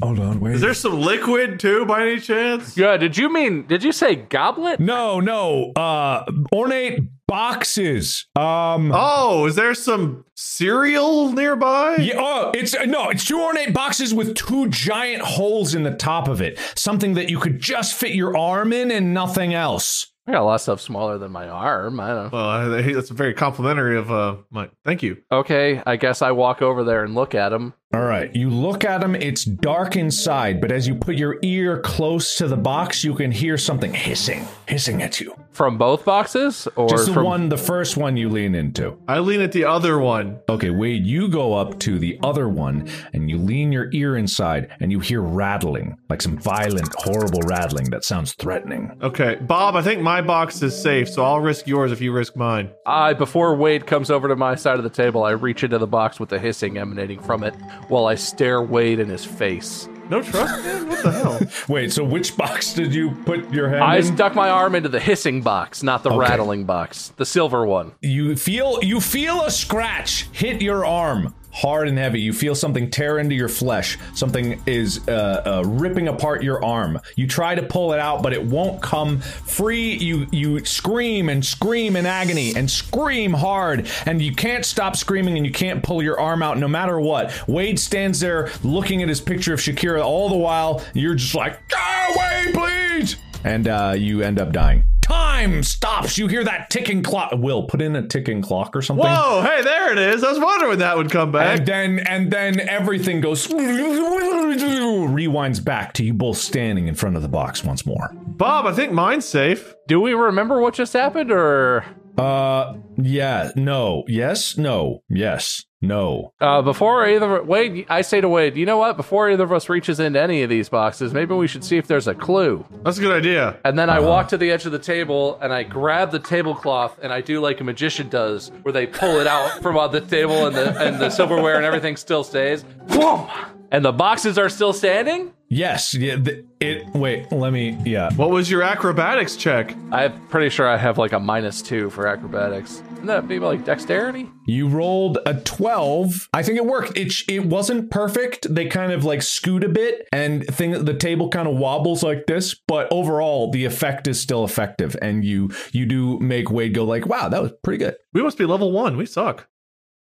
[SPEAKER 2] hold on, wait.
[SPEAKER 4] Is there some liquid too, by any chance?
[SPEAKER 3] Yeah, did you mean, did you say goblet?
[SPEAKER 2] No, no. Uh ornate boxes. Um
[SPEAKER 4] Oh, is there some cereal nearby?
[SPEAKER 2] yeah, oh, it's uh, no, it's two ornate boxes with two giant holes in the top of it. Something that you could just fit your arm in and nothing else.
[SPEAKER 3] I got a lot of stuff smaller than my arm. I don't
[SPEAKER 4] Well, I, I- that's very complimentary of uh, my. Thank you.
[SPEAKER 3] Okay, I guess I walk over there and look at him.
[SPEAKER 2] All right, you look at them, it's dark inside, but as you put your ear close to the box, you can hear something hissing, hissing at you.
[SPEAKER 3] From both boxes? Or
[SPEAKER 2] Just the
[SPEAKER 3] from
[SPEAKER 2] one, the first one you lean into.
[SPEAKER 4] I lean at the other one.
[SPEAKER 2] Okay, Wade, you go up to the other one and you lean your ear inside and you hear rattling, like some violent, horrible rattling that sounds threatening.
[SPEAKER 4] Okay, Bob, I think my box is safe, so I'll risk yours if you risk mine.
[SPEAKER 3] I, before Wade comes over to my side of the table, I reach into the box with the hissing emanating from it while I stare Wade in his face.
[SPEAKER 4] No trust, man? What the hell?
[SPEAKER 2] Wait, so which box did you put your hand
[SPEAKER 3] I
[SPEAKER 2] in?
[SPEAKER 3] stuck my arm into the hissing box, not the rattling box, the silver one.
[SPEAKER 2] you feel you feel a scratch hit your arm hard and heavy you feel something tear into your flesh something is uh, uh, ripping apart your arm you try to pull it out but it won't come free you you scream and scream in agony and scream hard and you can't stop screaming and you can't pull your arm out no matter what wade stands there looking at his picture of shakira all the while you're just like go away please and uh, you end up dying Time stops. You hear that ticking clock. Will put in a ticking clock or something.
[SPEAKER 4] Whoa, hey, there it is. I was wondering when that would come back.
[SPEAKER 2] And then and then everything goes rewinds back to you both standing in front of the box once more.
[SPEAKER 4] Bob, I think mine's safe.
[SPEAKER 3] Do we remember what just happened, or
[SPEAKER 2] Uh yeah, no. Yes, no. Yes. No.
[SPEAKER 3] uh, before either Wade? I say to Wade, you know what? Before either of us reaches into any of these boxes, maybe we should see if there's a clue.
[SPEAKER 4] That's a good idea.
[SPEAKER 3] And then I walk to the edge of the table and I grab the tablecloth and I do like a magician does, where they pull it out from on the table and the and the silverware and everything still stays. Boom! And the boxes are still standing.
[SPEAKER 2] Yes. Yeah. th- it. Wait. Let me. Yeah.
[SPEAKER 4] What was your acrobatics check?
[SPEAKER 3] I'm pretty sure I have like a minus two for acrobatics. Isn't that maybe like dexterity?
[SPEAKER 2] You rolled a 12. I think it worked. It sh- it wasn't perfect. They kind of like scoot a bit and thing the table kind of wobbles like this, but overall the effect is still effective and you you do make Wade go like, "Wow, that was pretty good."
[SPEAKER 4] We must be level one. We suck.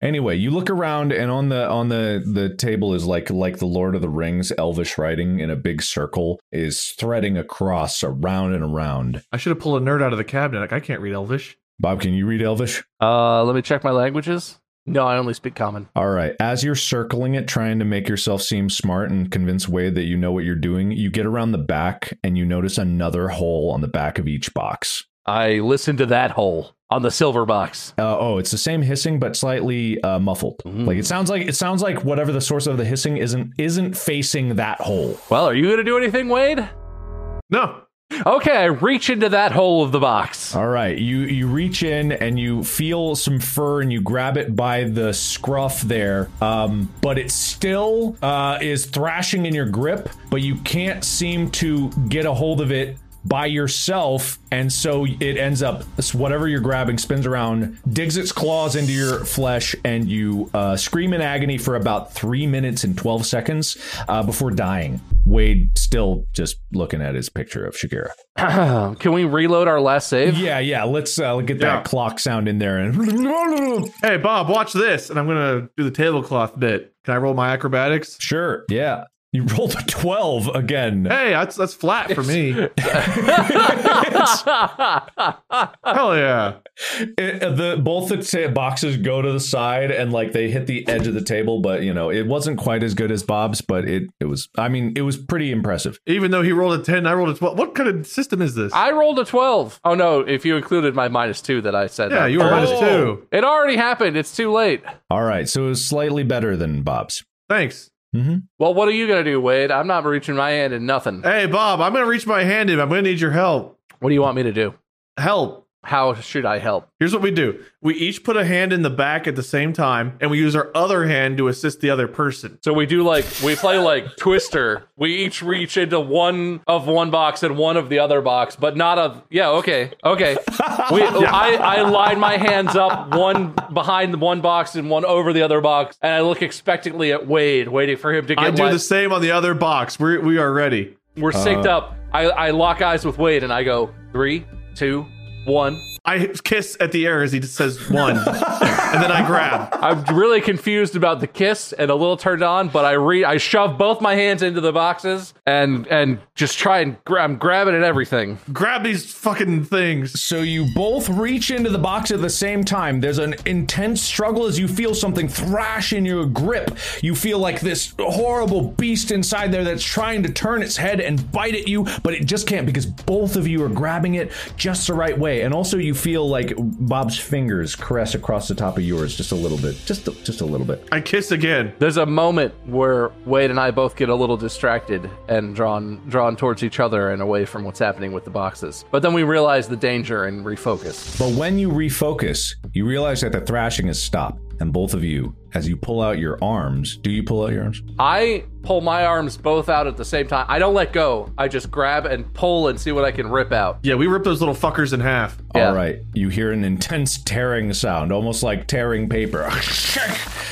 [SPEAKER 2] Anyway, you look around and on the on the the table is like like the Lord of the Rings elvish writing in a big circle is threading across around and around.
[SPEAKER 4] I should have pulled a nerd out of the cabinet. Like, I can't read Elvish.
[SPEAKER 2] Bob, can you read elvish?
[SPEAKER 3] Uh, let me check my languages. No, I only speak common.
[SPEAKER 2] All right. As you're circling it, trying to make yourself seem smart and convince Wade that you know what you're doing, you get around the back and you notice another hole on the back of each box.
[SPEAKER 3] I listened to that hole on the silver box.
[SPEAKER 2] Uh, oh, it's the same hissing, but slightly uh, muffled. Like it sounds like it sounds like whatever the source of the hissing isn't isn't facing that hole.
[SPEAKER 3] Well, are you gonna do anything, Wade?
[SPEAKER 4] No.
[SPEAKER 3] Okay, I reach into that hole of the box.
[SPEAKER 2] All right, you you reach in and you feel some fur and you grab it by the scruff there, um, but it still uh, is thrashing in your grip, but you can't seem to get a hold of it by yourself, and so it ends up whatever you're grabbing spins around, digs its claws into your flesh, and you uh, scream in agony for about three minutes and twelve seconds uh, before dying. Wade still just looking at his picture of Shakira.
[SPEAKER 3] Can we reload our last save?
[SPEAKER 2] Yeah, yeah. Let's uh, get
[SPEAKER 4] Yeah.
[SPEAKER 2] that clock sound in there. And
[SPEAKER 4] Hey, Bob, watch this. And I'm going to do the tablecloth bit. Can I roll my acrobatics?
[SPEAKER 2] sure, yeah. You rolled a twelve again.
[SPEAKER 4] Hey, that's that's flat for me. Hell yeah.
[SPEAKER 2] It- uh, the both the ta- boxes go to the side and like they hit the edge of the table, but you know it wasn't quite as good as Bob's, but it it was. I mean, it was pretty impressive.
[SPEAKER 4] Even though he rolled a 10, I rolled a 12. What kind of system is this?
[SPEAKER 3] I rolled a 12. Oh no, if you included my minus two that I said.
[SPEAKER 4] yeah,
[SPEAKER 3] that.
[SPEAKER 4] you were minus two.
[SPEAKER 3] It already happened. It's too late.
[SPEAKER 2] All right, so it was slightly better than Bob's.
[SPEAKER 4] Thanks.
[SPEAKER 3] Well, what are you going to do, Wade? I'm not reaching my hand in nothing.
[SPEAKER 4] Hey, Bob, I'm going to reach my hand in. I'm going to need your help.
[SPEAKER 3] What do you want me to do?
[SPEAKER 4] Help.
[SPEAKER 3] How should I help?
[SPEAKER 4] Here's what we do we each put a hand in the back at the same time, and we use our other hand to assist the other person.
[SPEAKER 3] So we do like we play like Twister. We each reach into one of one box and one of the other box, but not of yeah. Okay, okay. We, I, I line my hands up, one behind the one box and one over the other box, and I look expectantly at Wade, waiting for him to get.
[SPEAKER 4] I do
[SPEAKER 3] my-
[SPEAKER 4] the same on the other box. We're, we are ready.
[SPEAKER 3] We're synced
[SPEAKER 4] Uh.
[SPEAKER 3] up. I, I lock eyes with Wade, and I go three, two, one.
[SPEAKER 4] I kiss at the air as he just says one, and then I grab.
[SPEAKER 3] I'm really confused about the kiss and a little turned on, but I re I shove both my hands into the boxes and and just try and gra- I'm grabbing at everything.
[SPEAKER 4] Grab these fucking things.
[SPEAKER 2] So you both reach into the box at the same time. There's an intense struggle as you feel something thrash in your grip. You feel like this horrible beast inside there that's trying to turn its head and bite at you, but it just can't because both of you are grabbing it just the right way. And also you feel like Bob's fingers caress across the top of yours just a little bit. Just a, just a little bit.
[SPEAKER 4] I kiss again.
[SPEAKER 3] There's a moment where Wade and I both get a little distracted and drawn drawn towards each other and away from what's happening with the boxes. But then we realize the danger and refocus.
[SPEAKER 2] But when you refocus, you realize that the thrashing has stopped. And both of you, as you pull out your arms, do you pull out your arms?
[SPEAKER 3] I pull my arms both out at the same time. I don't let go. I just grab and pull and see what I can rip out.
[SPEAKER 4] Yeah, we rip those little fuckers in half.
[SPEAKER 3] Yeah.
[SPEAKER 2] All right, you hear an intense tearing sound, almost like tearing paper.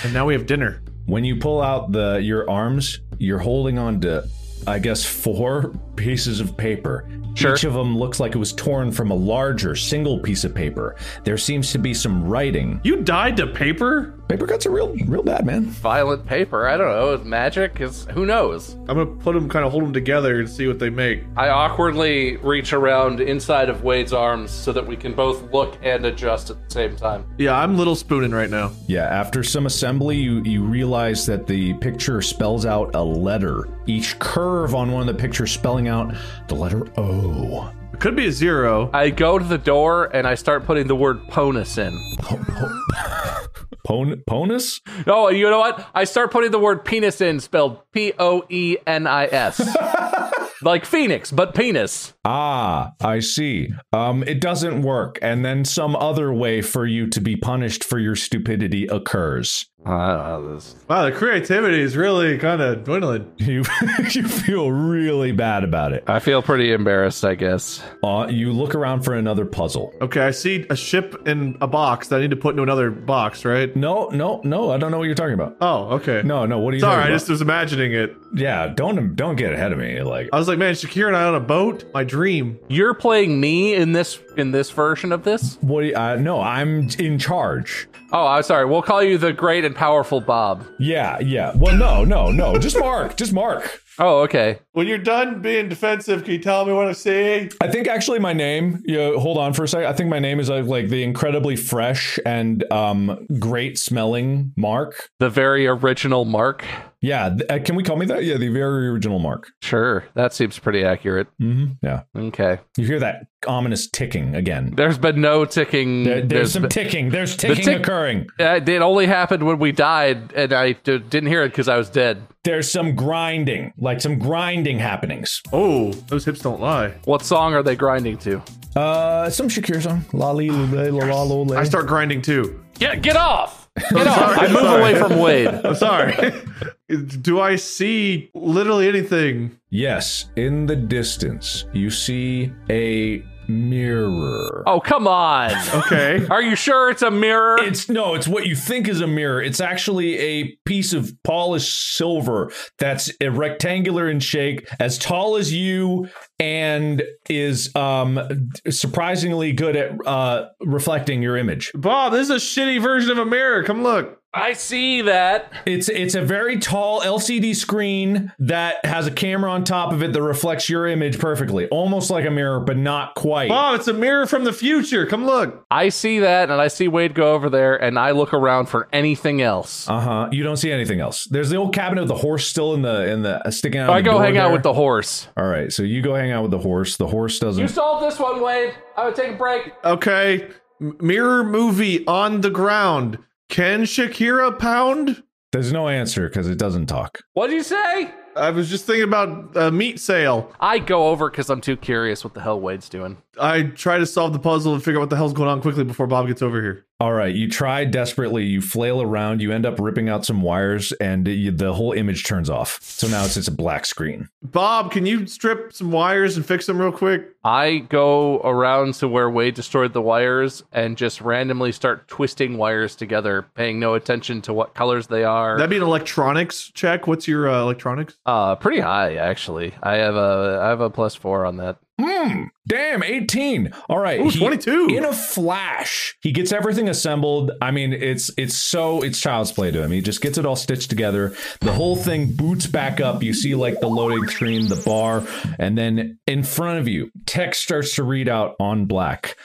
[SPEAKER 4] And now we have dinner.
[SPEAKER 2] When you pull out the your arms, you're holding on to, I guess, four pieces of paper.
[SPEAKER 3] Sure.
[SPEAKER 2] Each of them looks like it was torn from a larger single piece of paper. There seems to be some writing.
[SPEAKER 4] You died to paper?
[SPEAKER 2] Paper cuts are real, real bad, man.
[SPEAKER 3] Violent paper. I don't know. It's magic. Is who knows?
[SPEAKER 4] I'm gonna put them, kind of hold them together and see what they make.
[SPEAKER 3] I awkwardly reach around inside of Wade's arms so that we can both look and adjust at the same time.
[SPEAKER 4] Yeah, I'm little spooning right now.
[SPEAKER 2] Yeah, after some assembly, you, you realize that the picture spells out a letter. Each curve on one of the pictures spelling out the letter O.
[SPEAKER 4] It could be a zero.
[SPEAKER 3] I go to the door and I start putting the word PONUS in.
[SPEAKER 2] Pon- ponus?
[SPEAKER 3] Oh, you know what? I start putting the word penis in, spelled P O E N I S. Like Phoenix, but penis.
[SPEAKER 2] Ah, I see. Um, it doesn't work, and then some other way for you to be punished for your stupidity occurs.
[SPEAKER 4] Wow, the creativity is really kind of dwindling.
[SPEAKER 2] You you feel really bad about it.
[SPEAKER 3] I feel pretty embarrassed, I guess.
[SPEAKER 2] Uh, you look around for another puzzle.
[SPEAKER 4] Okay, I see a ship in a box that I need to put into another box, right?
[SPEAKER 2] No, no, no. I don't know what you're talking about.
[SPEAKER 4] Oh, okay.
[SPEAKER 2] No, no. What are you?
[SPEAKER 4] Sorry,
[SPEAKER 2] talking
[SPEAKER 4] I
[SPEAKER 2] about?
[SPEAKER 4] just was imagining it.
[SPEAKER 2] yeah. Don't don't get ahead of me. Like
[SPEAKER 4] I was like, man, Shakira and I on a boat? My dream.
[SPEAKER 3] You're playing me in this in this version of this?
[SPEAKER 2] what? do you- uh, no, I'm in charge.
[SPEAKER 3] Oh, I'm sorry. We'll call you the great and powerful Bob.
[SPEAKER 2] Yeah, yeah. Well, no, no, no. Just mark. Just mark.
[SPEAKER 3] Oh, okay.
[SPEAKER 4] When you're done being defensive, can you tell me what I see?
[SPEAKER 2] I think actually my name. Yeah, hold on for a second. I think my name is uh, like the incredibly fresh and um, great smelling Mark.
[SPEAKER 3] The very original Mark.
[SPEAKER 2] Yeah, th- uh, can we call me that? Yeah, the very original Mark.
[SPEAKER 3] Sure, that seems pretty accurate.
[SPEAKER 2] hmm Yeah,
[SPEAKER 3] Okay.
[SPEAKER 2] you hear that ominous ticking again.
[SPEAKER 3] There's been no ticking.
[SPEAKER 2] There- there's, some
[SPEAKER 3] been-
[SPEAKER 2] ticking. There's ticking
[SPEAKER 3] tick-
[SPEAKER 2] occurring.
[SPEAKER 3] Uh, it only happened when we died, and I d- didn't hear it because I was dead.
[SPEAKER 2] There's some grinding, like some grinding happenings.
[SPEAKER 4] Oh, those hips don't lie.
[SPEAKER 3] What song are they grinding to?
[SPEAKER 2] Uh, some Shakira song. Lolly, lule, la, la, lole.
[SPEAKER 4] I start grinding too.
[SPEAKER 3] Get get off! Get off! I move
[SPEAKER 4] sorry.
[SPEAKER 3] away from Wade.
[SPEAKER 4] I'm Oh, sorry. Do I see literally anything?
[SPEAKER 2] Yes, in the distance, you see a mirror.
[SPEAKER 3] Oh come on!
[SPEAKER 4] Okay.
[SPEAKER 3] Are you sure it's a mirror?
[SPEAKER 2] It's no, it's what you think is a mirror. It's actually a piece of polished silver that's a rectangular in shape, as tall as you, and is um surprisingly good at uh reflecting your image.
[SPEAKER 4] Bob, this is a shitty version of a mirror. Come look.
[SPEAKER 3] I see that.
[SPEAKER 2] It's it's a very tall LCD screen that has a camera on top of it that reflects your image perfectly, almost like a mirror, but not quite.
[SPEAKER 4] Bob, it's a mirror from the future. Come look.
[SPEAKER 3] I see that, and I see Wade go over there, and I look around for anything else.
[SPEAKER 2] Uh huh. You don't see anything else. There's the old cabinet with the horse still in the in the uh, sticking out. of
[SPEAKER 3] I
[SPEAKER 2] the
[SPEAKER 3] go
[SPEAKER 2] door
[SPEAKER 3] hang out
[SPEAKER 2] there.
[SPEAKER 3] with the horse.
[SPEAKER 2] All right, so you go hang out with the horse. The horse
[SPEAKER 3] You
[SPEAKER 2] doesn't.
[SPEAKER 3] solve this one, Wade. I would take a break.
[SPEAKER 4] Okay. M- mirror movie on the ground. Can Shakira pound?
[SPEAKER 2] There's no answer because it doesn't talk.
[SPEAKER 3] What'd you say?
[SPEAKER 4] I was just thinking about a meat sale.
[SPEAKER 3] I go over because I'm too curious what the hell Wade's doing.
[SPEAKER 4] I try to solve the puzzle and figure out what the hell's going on quickly before Bob gets over here.
[SPEAKER 2] All right, you try desperately. You flail around. You end up ripping out some wires, and you, the whole image turns off. So now it's just a black screen.
[SPEAKER 4] Bob, can you strip some wires and fix them real quick?
[SPEAKER 3] I go around to where Wade destroyed the wires and just randomly start twisting wires together, paying no attention to what colors they are.
[SPEAKER 4] That'd be an electronics check. What's your uh, electronics?
[SPEAKER 3] uh, pretty high actually. I have a I have a plus four on that.
[SPEAKER 2] Hmm. Damn. Eighteen. All right.
[SPEAKER 4] Ooh,
[SPEAKER 2] he-
[SPEAKER 4] 22.
[SPEAKER 2] In a flash, he gets everything assembled. I mean, it's it's so it's child's play to him. He just gets it all stitched together. The whole thing boots back up. You see like the loading screen, the bar, and then in front of you, text starts to read out on black.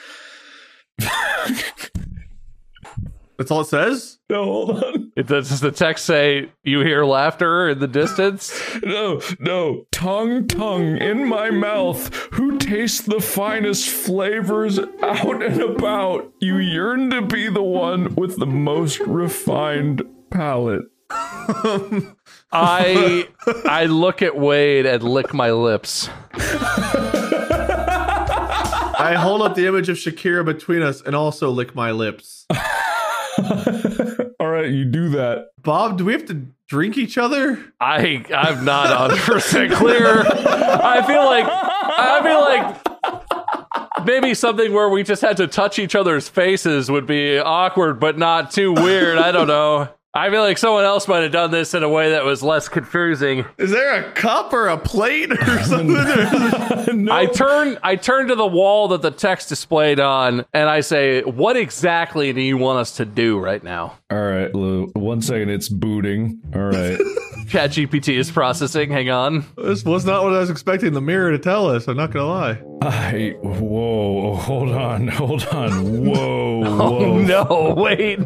[SPEAKER 4] That's all it says?
[SPEAKER 2] No, hold on.
[SPEAKER 3] It- Does the text say you hear laughter in the distance?
[SPEAKER 2] No, no. Tongue, tongue in my mouth. Who tastes the finest flavors out and about? You yearn to be the one with the most refined palate.
[SPEAKER 3] I I look at Wade and lick my lips.
[SPEAKER 4] I hold up the image of Shakira between us and also lick my lips.
[SPEAKER 2] All right, you do that.
[SPEAKER 4] Bob, do we have to drink each other?
[SPEAKER 3] I I'm not 100% clear. I feel like I feel like maybe something where we just had to touch each other's faces would be awkward but not too weird. I don't know. I feel like someone else might have done this in a way that was less confusing.
[SPEAKER 4] Is there a cup or a plate or something?
[SPEAKER 2] no.
[SPEAKER 3] I turn I turn to the wall that the text displayed on and I say, "What exactly do you want us to do right now?"
[SPEAKER 2] All right, Lou. One second, it's booting. All right.
[SPEAKER 3] ChatGPT is processing. Hang on.
[SPEAKER 4] this was not what I was expecting the mirror to tell us. I'm not gonna lie.
[SPEAKER 2] I whoa, hold on, hold on. Whoa,
[SPEAKER 3] Oh
[SPEAKER 2] whoa.
[SPEAKER 3] no, wait.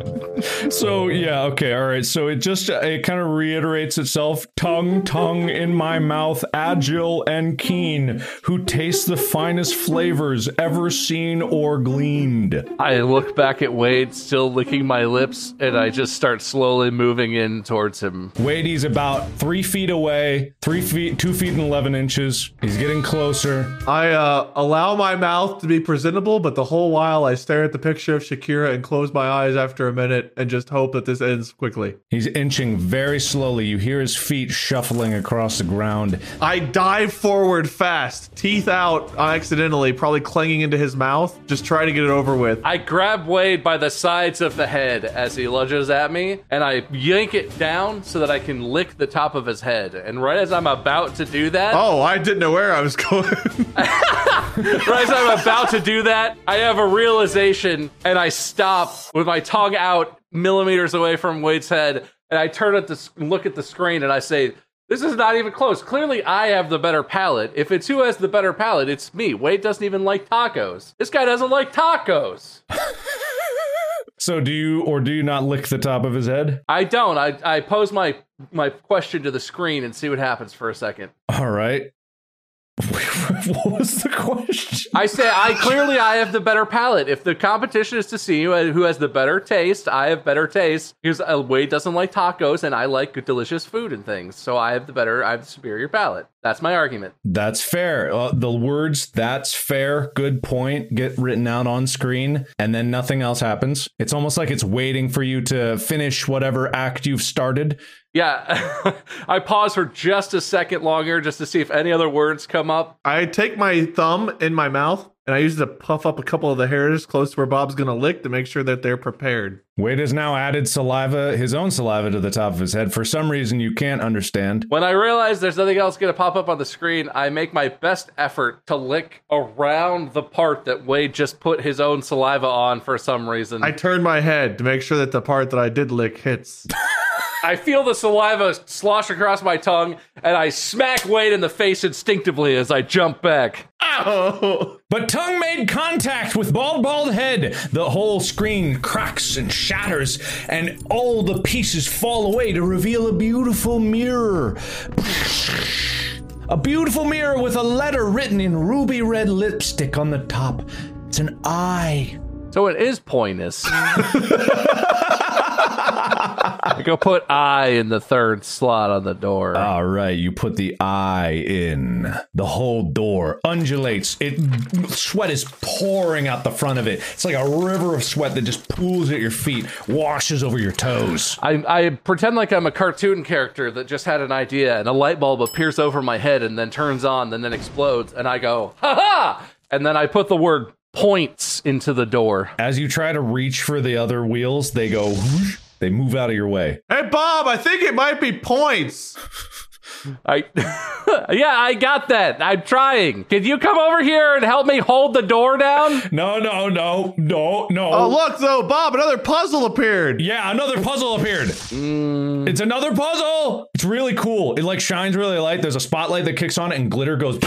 [SPEAKER 2] So yeah, okay, all right. So it just uh, it kind of reiterates itself. Tongue, tongue in my mouth, agile and keen, who taste the finest flavors ever seen or gleaned.
[SPEAKER 3] I look back at Wade still licking my lips and I just start slowly moving in towards him.
[SPEAKER 2] Wade, he's about three feet away, three feet, two feet and eleven inches. He's getting closer.
[SPEAKER 4] I uh, allow my mouth to be presentable, but the whole while I stare at the picture of Shakira and close my eyes after a minute and just hope that this ends quickly.
[SPEAKER 2] He's inching very slowly. You hear his feet shuffling across the ground.
[SPEAKER 4] I dive forward fast, teeth out accidentally, probably clanging into his mouth, just trying to get it over with.
[SPEAKER 3] I grab Wade by the sides of the head as he lunges at me, and I yank it down so that I can lick the top of his head. And right as I'm about to do that,
[SPEAKER 4] Oh, I didn't know where I was going.
[SPEAKER 3] Right as I'm about to do that, I have a realization and I stop with my tongue out millimeters away from Wade's head. And I turn at this, look at the screen and I say, This is not even close. Clearly, I have the better palate. If it's who has the better palate, it's me. Wade doesn't even like tacos. This guy doesn't like tacos.
[SPEAKER 2] So do you or do you not lick the top of his head?
[SPEAKER 3] I don't. I, I pose my, my question to the screen and see what happens for a second.
[SPEAKER 2] All right. what was the question?
[SPEAKER 3] I say I clearly I have the better palate. If the competition is to see who who has the better taste, I have better taste because uh, Wade doesn't like tacos and I like good, delicious food and things. So I have the better, I have the superior palate. That's my argument.
[SPEAKER 2] That's fair. Uh, the words "that's fair," "good point" get written out on screen, and then nothing else happens. It's almost like it's waiting for you to finish whatever act you've started.
[SPEAKER 3] Yeah, I pause for just a second longer just to see if any other words come up.
[SPEAKER 4] I take my thumb in my mouth and I use it to puff up a couple of the hairs close to where Bob's gonna lick to make sure that they're prepared.
[SPEAKER 2] Wade has now added saliva, his own saliva, to the top of his head for some reason you can't understand.
[SPEAKER 3] When I realize there's nothing else going to pop up on the screen, I make my best effort to lick around the part that Wade just put his own saliva on for some reason.
[SPEAKER 4] I turn my head to make sure that the part that I did lick hits.
[SPEAKER 3] I feel the saliva slosh across my tongue, and I smack Wade in the face instinctively as I jump back.
[SPEAKER 4] Ow!
[SPEAKER 2] But tongue made contact with bald, bald head. The whole screen cracks and shatters, and all the pieces fall away to reveal a beautiful mirror. A beautiful mirror with a letter written in ruby red lipstick on the top. It's an eye.
[SPEAKER 3] So it is pointless. I go put I in the third slot on the door.
[SPEAKER 2] All right, you put the eye in. The whole door undulates. It sweat is pouring out the front of it. It's like a river of sweat that just pools at your feet, washes over your toes.
[SPEAKER 3] I, I pretend like I'm a cartoon character that just had an idea, and a light bulb appears over my head and then turns on, and then explodes, and I go, ha ha! And then I put the word points into the door.
[SPEAKER 2] As you try to reach for the other wheels, they go, whoosh, they move out of your way.
[SPEAKER 4] Hey Bob, I think it might be points.
[SPEAKER 3] I, yeah, I got that. I'm trying. Can you come over here and help me hold the door down?
[SPEAKER 2] No, no, no, no, no.
[SPEAKER 4] Oh look though, Bob, another puzzle appeared.
[SPEAKER 2] yeah, another puzzle appeared. It's another puzzle. It's really cool. It like shines really light. There's a spotlight that kicks on it and glitter goes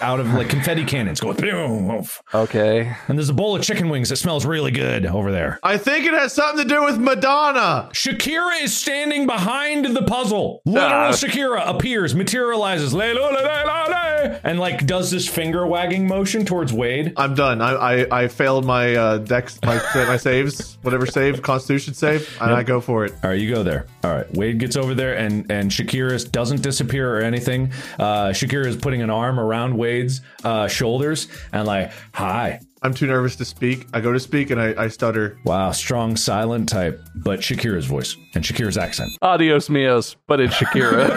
[SPEAKER 2] out of like confetti cannons going. boom.
[SPEAKER 3] Okay.
[SPEAKER 2] And there's a bowl of chicken wings that smells really good over there.
[SPEAKER 4] I think it has something to do with Madonna.
[SPEAKER 2] Shakira is standing behind the puzzle. Literal
[SPEAKER 3] Ah.
[SPEAKER 2] Shakira appears, materializes, lay, low, lay, lay, low, lay, and like does this finger wagging motion towards Wade.
[SPEAKER 4] I'm done. I I, I failed my uh, dex, my my saves, whatever save, Constitution save, and I go for it.
[SPEAKER 2] All right, you go there. All right, Wade gets over there, and and Shakira doesn't disappear or anything. Uh, Shakira is putting an arm around Wade's uh, shoulders and like, "Hi,
[SPEAKER 4] I'm too nervous to speak. I go to speak and I, I stutter.
[SPEAKER 2] wow, strong silent type." But Shakira's voice and Shakira's accent.
[SPEAKER 3] Adios, mios, but it's Shakira.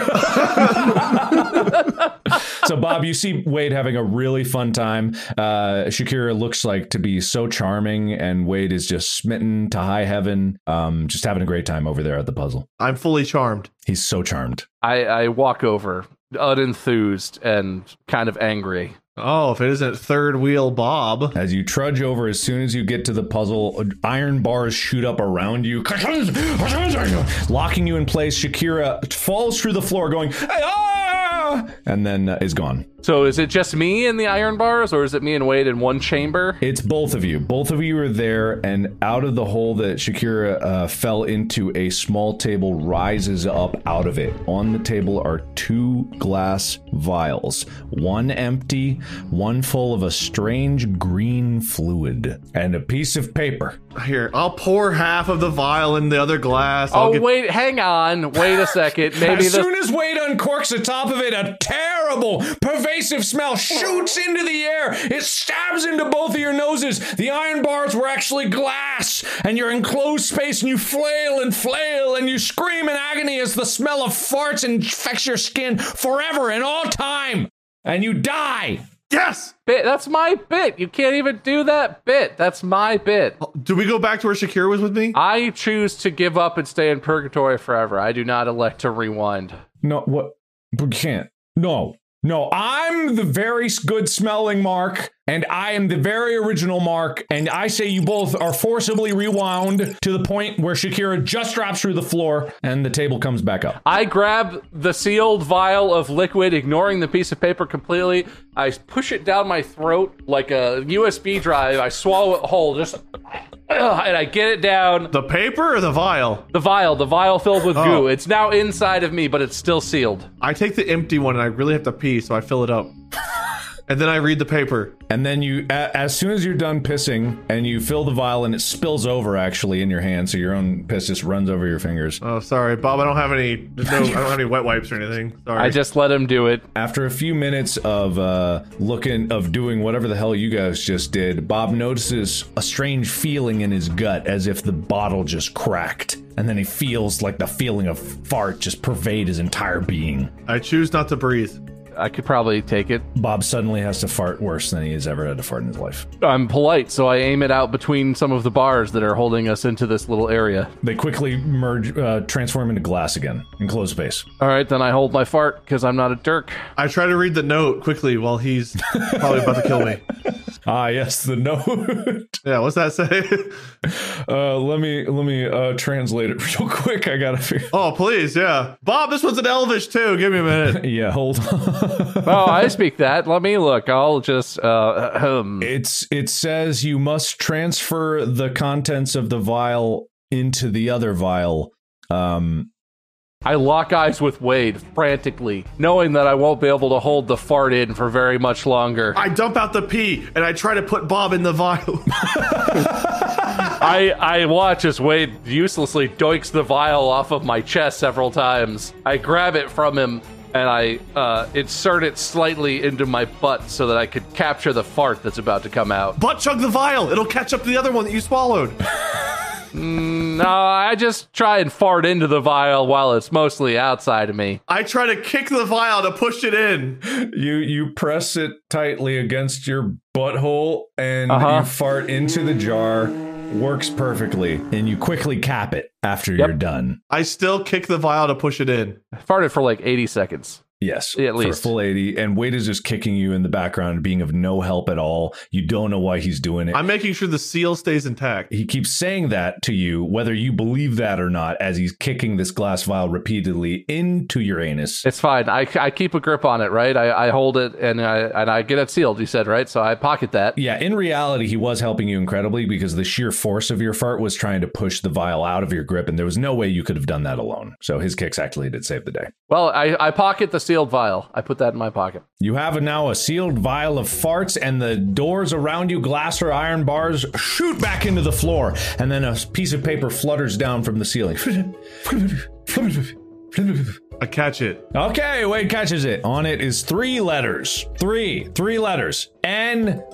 [SPEAKER 2] So Bob, you see Wade having a really fun time. Uh, Shakira looks like to be so charming, and Wade is just smitten to high heaven. Um, just having a great time over there at the puzzle.
[SPEAKER 4] I'm fully charmed.
[SPEAKER 2] He's so charmed.
[SPEAKER 3] I, I walk over, unenthused and kind of angry.
[SPEAKER 4] Oh, if it isn't third wheel Bob.
[SPEAKER 2] As you trudge over, as soon as you get to the puzzle, iron bars shoot up around you, locking you in place. Shakira falls through the floor, going, "Ah!" and then uh, is gone.
[SPEAKER 3] So is it just me in the iron bars, or is it me and Wade in one chamber?
[SPEAKER 2] It's both of you. Both of you are there, and out of the hole that Shakira uh, fell into, a small table rises up out of it. On the table are two glass vials, one empty, one full of a strange green fluid, and a piece of paper.
[SPEAKER 4] Here, I'll pour half of the vial in the other glass. I'll
[SPEAKER 3] Oh
[SPEAKER 4] get-
[SPEAKER 3] wait, hang on, wait a second. Maybe
[SPEAKER 2] as
[SPEAKER 3] the
[SPEAKER 2] soon as Wade uncorks the top of it, a terrible, pervasive smell shoots into the air. It stabs into both of your noses. The iron bars were actually glass, and you're in closed space, and you flail and flail, and you scream in agony as the smell of farts infects your skin forever and all time, and you die.
[SPEAKER 4] Yes!
[SPEAKER 3] bit. That's my bit. You can't even do that bit. That's my bit.
[SPEAKER 4] Do we go back to where Shakira was with me?
[SPEAKER 3] I choose to give up and stay in purgatory forever. I do not elect to rewind.
[SPEAKER 2] No, what? We can't. No, no. I'm the very good smelling Mark, and I am the very original Mark, and I say you both are forcibly rewound to the point where Shakira just drops through the floor and the table comes back up.
[SPEAKER 3] I grab the sealed vial of liquid, ignoring the piece of paper completely. I push it down my throat like a USB drive. I swallow it whole, just and I get it down.
[SPEAKER 4] The paper or the vial?
[SPEAKER 3] The vial, the vial filled with
[SPEAKER 4] Oh.
[SPEAKER 3] goo. It's now inside of me, but it's still sealed.
[SPEAKER 4] I take the empty one and I really have to pee, so I fill it up. and then I read the paper.
[SPEAKER 2] And then you, a- as soon as you're done pissing, and you fill the vial, and it spills over actually in your hand, so your own piss just runs over your fingers.
[SPEAKER 4] Oh, sorry, Bob. I don't have any. There's no. I don't have any wet wipes or anything. Sorry.
[SPEAKER 3] I just let him do it.
[SPEAKER 2] After a few minutes of uh, looking, of doing whatever the hell you guys just did, Bob notices a strange feeling in his gut as if the bottle just cracked. And then he feels like the feeling of fart just pervade his entire being.
[SPEAKER 4] I choose not to breathe.
[SPEAKER 3] I could probably take it.
[SPEAKER 2] Bob suddenly has to fart worse than he has ever had to fart in his life.
[SPEAKER 3] I'm polite, so I aim it out between some of the bars that are holding us into this little area.
[SPEAKER 2] They quickly merge, uh, transform into glass again in closed space.
[SPEAKER 3] All right, then I hold my fart because I'm not a dirk.
[SPEAKER 4] I try to read the note quickly while he's probably about to kill me.
[SPEAKER 2] Ah, yes, the note.
[SPEAKER 4] Yeah. What's that say?
[SPEAKER 2] uh, let me let me uh, translate it real quick. I gotta figure.
[SPEAKER 4] oh, please. Yeah. Bob, this one's an Elvish too. Give me a minute.
[SPEAKER 2] Yeah, hold on.
[SPEAKER 3] Oh, I speak that. Let me look. I'll just uh, ahem.
[SPEAKER 2] It's it says you must transfer the contents of the vial into the other vial. Um,
[SPEAKER 3] I lock eyes with Wade frantically, knowing that I won't be able to hold the fart in for very much longer.
[SPEAKER 4] I dump out the pee and I try to put Bob in the vial.
[SPEAKER 3] I, I watch as Wade uselessly doinks the vial off of my chest several times. I grab it from him and I uh, insert it slightly into my butt so that I could capture the fart that's about to come out.
[SPEAKER 4] Butt chug the vial. It'll catch up to the other one that you swallowed.
[SPEAKER 3] No, I just try and fart into the vial while it's mostly outside of me.
[SPEAKER 4] I try to kick the vial to push it in.
[SPEAKER 2] you you press it tightly against your butthole and
[SPEAKER 3] Uh-huh.
[SPEAKER 2] you fart into the jar. Works perfectly, and you quickly cap it after you're done.
[SPEAKER 4] I still kick the vial to push it in.
[SPEAKER 3] I farted for like 80 seconds.
[SPEAKER 2] Yes,
[SPEAKER 3] Yeah, at
[SPEAKER 2] for a
[SPEAKER 3] least.
[SPEAKER 2] full eighty. And Wade is just kicking you in the background, being of no help at all. You don't know why he's doing it.
[SPEAKER 4] I'm making sure the seal stays intact.
[SPEAKER 2] he keeps saying that to you, whether you believe that or not, as he's kicking this glass vial repeatedly into your anus.
[SPEAKER 3] It's fine. I, I keep a grip on it, right? I, I hold it and I, and I get it sealed, you said, right? So I pocket that.
[SPEAKER 2] Yeah, in reality, he was helping you incredibly because the sheer force of your fart was trying to push the vial out of your grip, and there was no way you could have done that alone. So his kicks actually did save the day.
[SPEAKER 3] Well, I, I pocket the sealed vial. I put that in my pocket.
[SPEAKER 2] You have now a sealed vial of farts, and the doors around you, glass or iron bars, shoot back into the floor, and then a piece of paper flutters down from the ceiling.
[SPEAKER 4] I catch it.
[SPEAKER 2] Okay, Wade catches it. On it is three letters. Three, three letters. N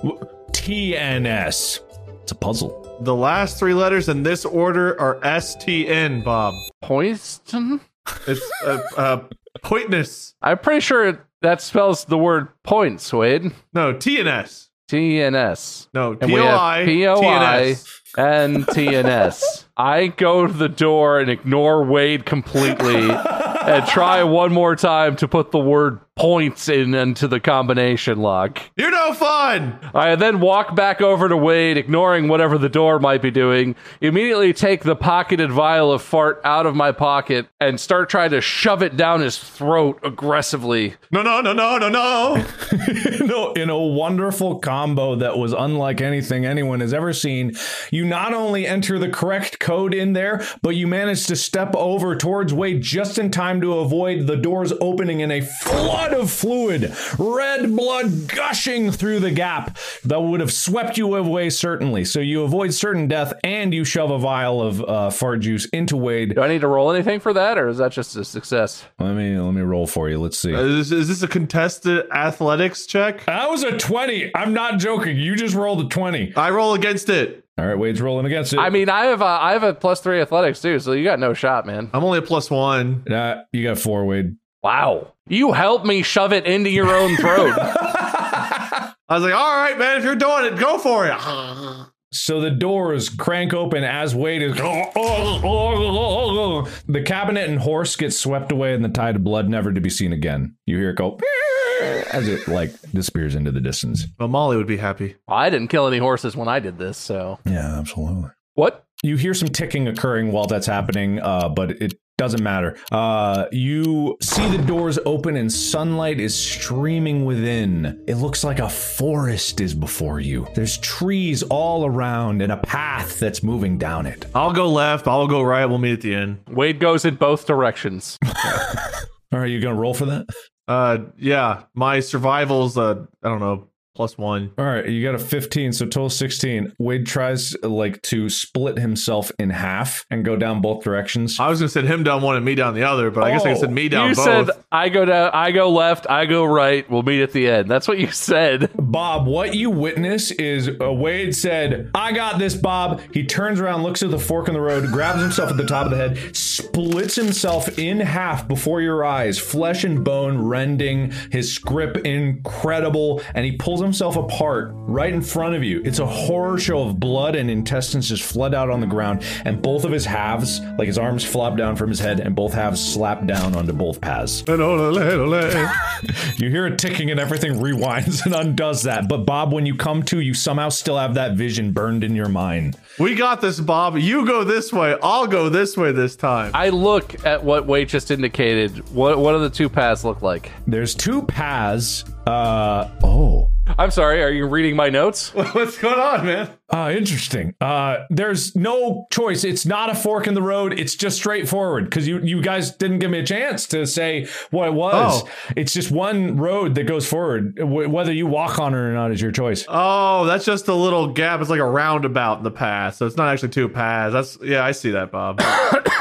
[SPEAKER 2] T N S. It's a puzzle.
[SPEAKER 4] The last three letters in this order are STN, Bob.
[SPEAKER 3] Poison?
[SPEAKER 4] It's uh, uh, Pointness.
[SPEAKER 3] I'm pretty sure that spells the word points, Wade.
[SPEAKER 4] No, TNS.
[SPEAKER 3] T N S.
[SPEAKER 4] No,
[SPEAKER 3] And we have
[SPEAKER 4] POI.
[SPEAKER 3] POI
[SPEAKER 4] TNS.
[SPEAKER 3] and TNS. I go to the door and ignore Wade completely and try one more time to put the word points in into the combination lock.
[SPEAKER 4] You're no fun.
[SPEAKER 3] I then walk back over to Wade, ignoring whatever the door might be doing. Immediately take the pocketed vial of fart out of my pocket and start trying to shove it down his throat aggressively.
[SPEAKER 4] No, no, no, no, no, no.
[SPEAKER 2] no, in a wonderful combo that was unlike anything anyone has ever seen, you not only enter the correct code in there, but you manage to step over towards Wade just in time to avoid the doors opening in a flood of fluid, red blood gushing through the gap that would have swept you away certainly. So you avoid certain death and you shove a vial of uh, fart juice into Wade.
[SPEAKER 3] Do I need to roll anything for that, or is that just a success?
[SPEAKER 2] Let me let me roll for you. Let's see.
[SPEAKER 4] Is this, is this a contested athletics check?
[SPEAKER 2] That was a 20. I'm not joking. You just rolled a 20.
[SPEAKER 4] I roll against it.
[SPEAKER 2] All right, Wade's rolling against it.
[SPEAKER 3] I mean, I have a, I have a plus three athletics too, so you got no shot, man.
[SPEAKER 4] I'm only a plus one.
[SPEAKER 2] Nah, you got four, Wade.
[SPEAKER 3] Wow, you helped me shove it into your own throat.
[SPEAKER 4] I was like, all right, man, if you're doing it, go for it.
[SPEAKER 2] So the doors crank open as Wade is. The cabinet and horse get swept away in the tide of blood, never to be seen again. You hear it go as it like disappears into the distance.
[SPEAKER 4] Well, Molly would be happy.
[SPEAKER 3] I didn't kill any horses when I did this, so
[SPEAKER 2] Yeah, absolutely.
[SPEAKER 3] what?
[SPEAKER 2] You hear some ticking occurring while that's happening, uh, but it doesn't matter. Uh, you see the doors open and sunlight is streaming within. It looks like a forest is before you. There's trees all around and a path that's moving down it.
[SPEAKER 4] I'll go left. I'll go right. We'll meet at the end.
[SPEAKER 3] Wade goes in both directions.
[SPEAKER 2] All right, you gonna roll for that?
[SPEAKER 4] Uh, yeah, my survival's uh, I don't know, plus one.
[SPEAKER 2] All right, you got a 15, so total 16. Wade tries like to split himself in half and go down both directions.
[SPEAKER 4] I was gonna send him down one and me down the other, but I guess I
[SPEAKER 2] Oh,
[SPEAKER 4] said me down
[SPEAKER 3] you
[SPEAKER 4] both.
[SPEAKER 3] said I go down, I go left, I go right. We'll meet at the end. That's what you said.
[SPEAKER 2] Bob, what you witness is uh, Wade said, I got this, Bob. He turns around, looks at the fork in the road, grabs himself at the top of the head, splits himself in half before your eyes, flesh and bone rending, his grip incredible, and he pulls himself apart right in front of you. It's a horror show of blood and intestines just flood out on the ground, and both of his halves, like his arms flop down from his head, and both halves slap down onto both paths.
[SPEAKER 4] And ole, ole, ole.
[SPEAKER 2] You hear a ticking and everything rewinds and undoes that. But Bob, when you come to, you somehow still have that vision burned in your mind.
[SPEAKER 4] we got this, Bob. You go this way. I'll go this way this time.
[SPEAKER 3] I look at what Wade just indicated. What what do the two paths look like?
[SPEAKER 2] There's two paths. Uh oh.
[SPEAKER 3] I'm sorry, are you reading my notes?
[SPEAKER 4] What's going on, man?
[SPEAKER 2] Uh, interesting. Uh, there's no choice. It's not a fork in the road. It's just straightforward because you, you guys didn't give me a chance to say what it was.
[SPEAKER 4] Oh.
[SPEAKER 2] It's just one road that goes forward. W- whether you walk on it or not is your choice.
[SPEAKER 4] Oh, that's just a little gap. It's like a roundabout in the path, so it's not actually two paths. That's yeah, I see that, Bob.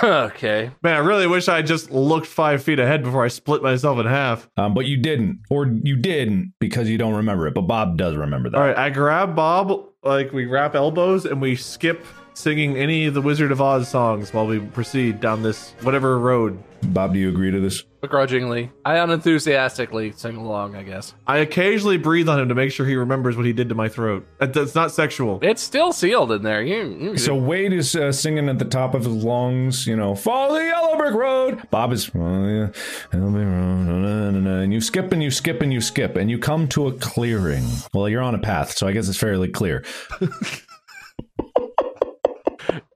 [SPEAKER 3] okay.
[SPEAKER 4] man, I really wish I just looked five feet ahead before I split myself in half.
[SPEAKER 2] Um, but you didn't, or you didn't because you don't remember it. But Bob does remember that.
[SPEAKER 4] All right, I grab Bob, like we wrap elbows, and we skip singing any of the Wizard of Oz songs while we proceed down this whatever road.
[SPEAKER 2] Bob, do you agree to this?
[SPEAKER 3] Begrudgingly. I unenthusiastically sing along, I guess.
[SPEAKER 4] I occasionally breathe on him to make sure he remembers what he did to my throat. That- That's not sexual.
[SPEAKER 3] It's still sealed in there. You, you
[SPEAKER 2] So Wade is uh, singing at the top of his lungs, you know, follow the yellow brick road. Bob is, "Follow the yellow brick road," na, na, na, na. and you skip and you skip and you skip, and you come to a clearing. Well, you're on a path, so I guess it's fairly clear.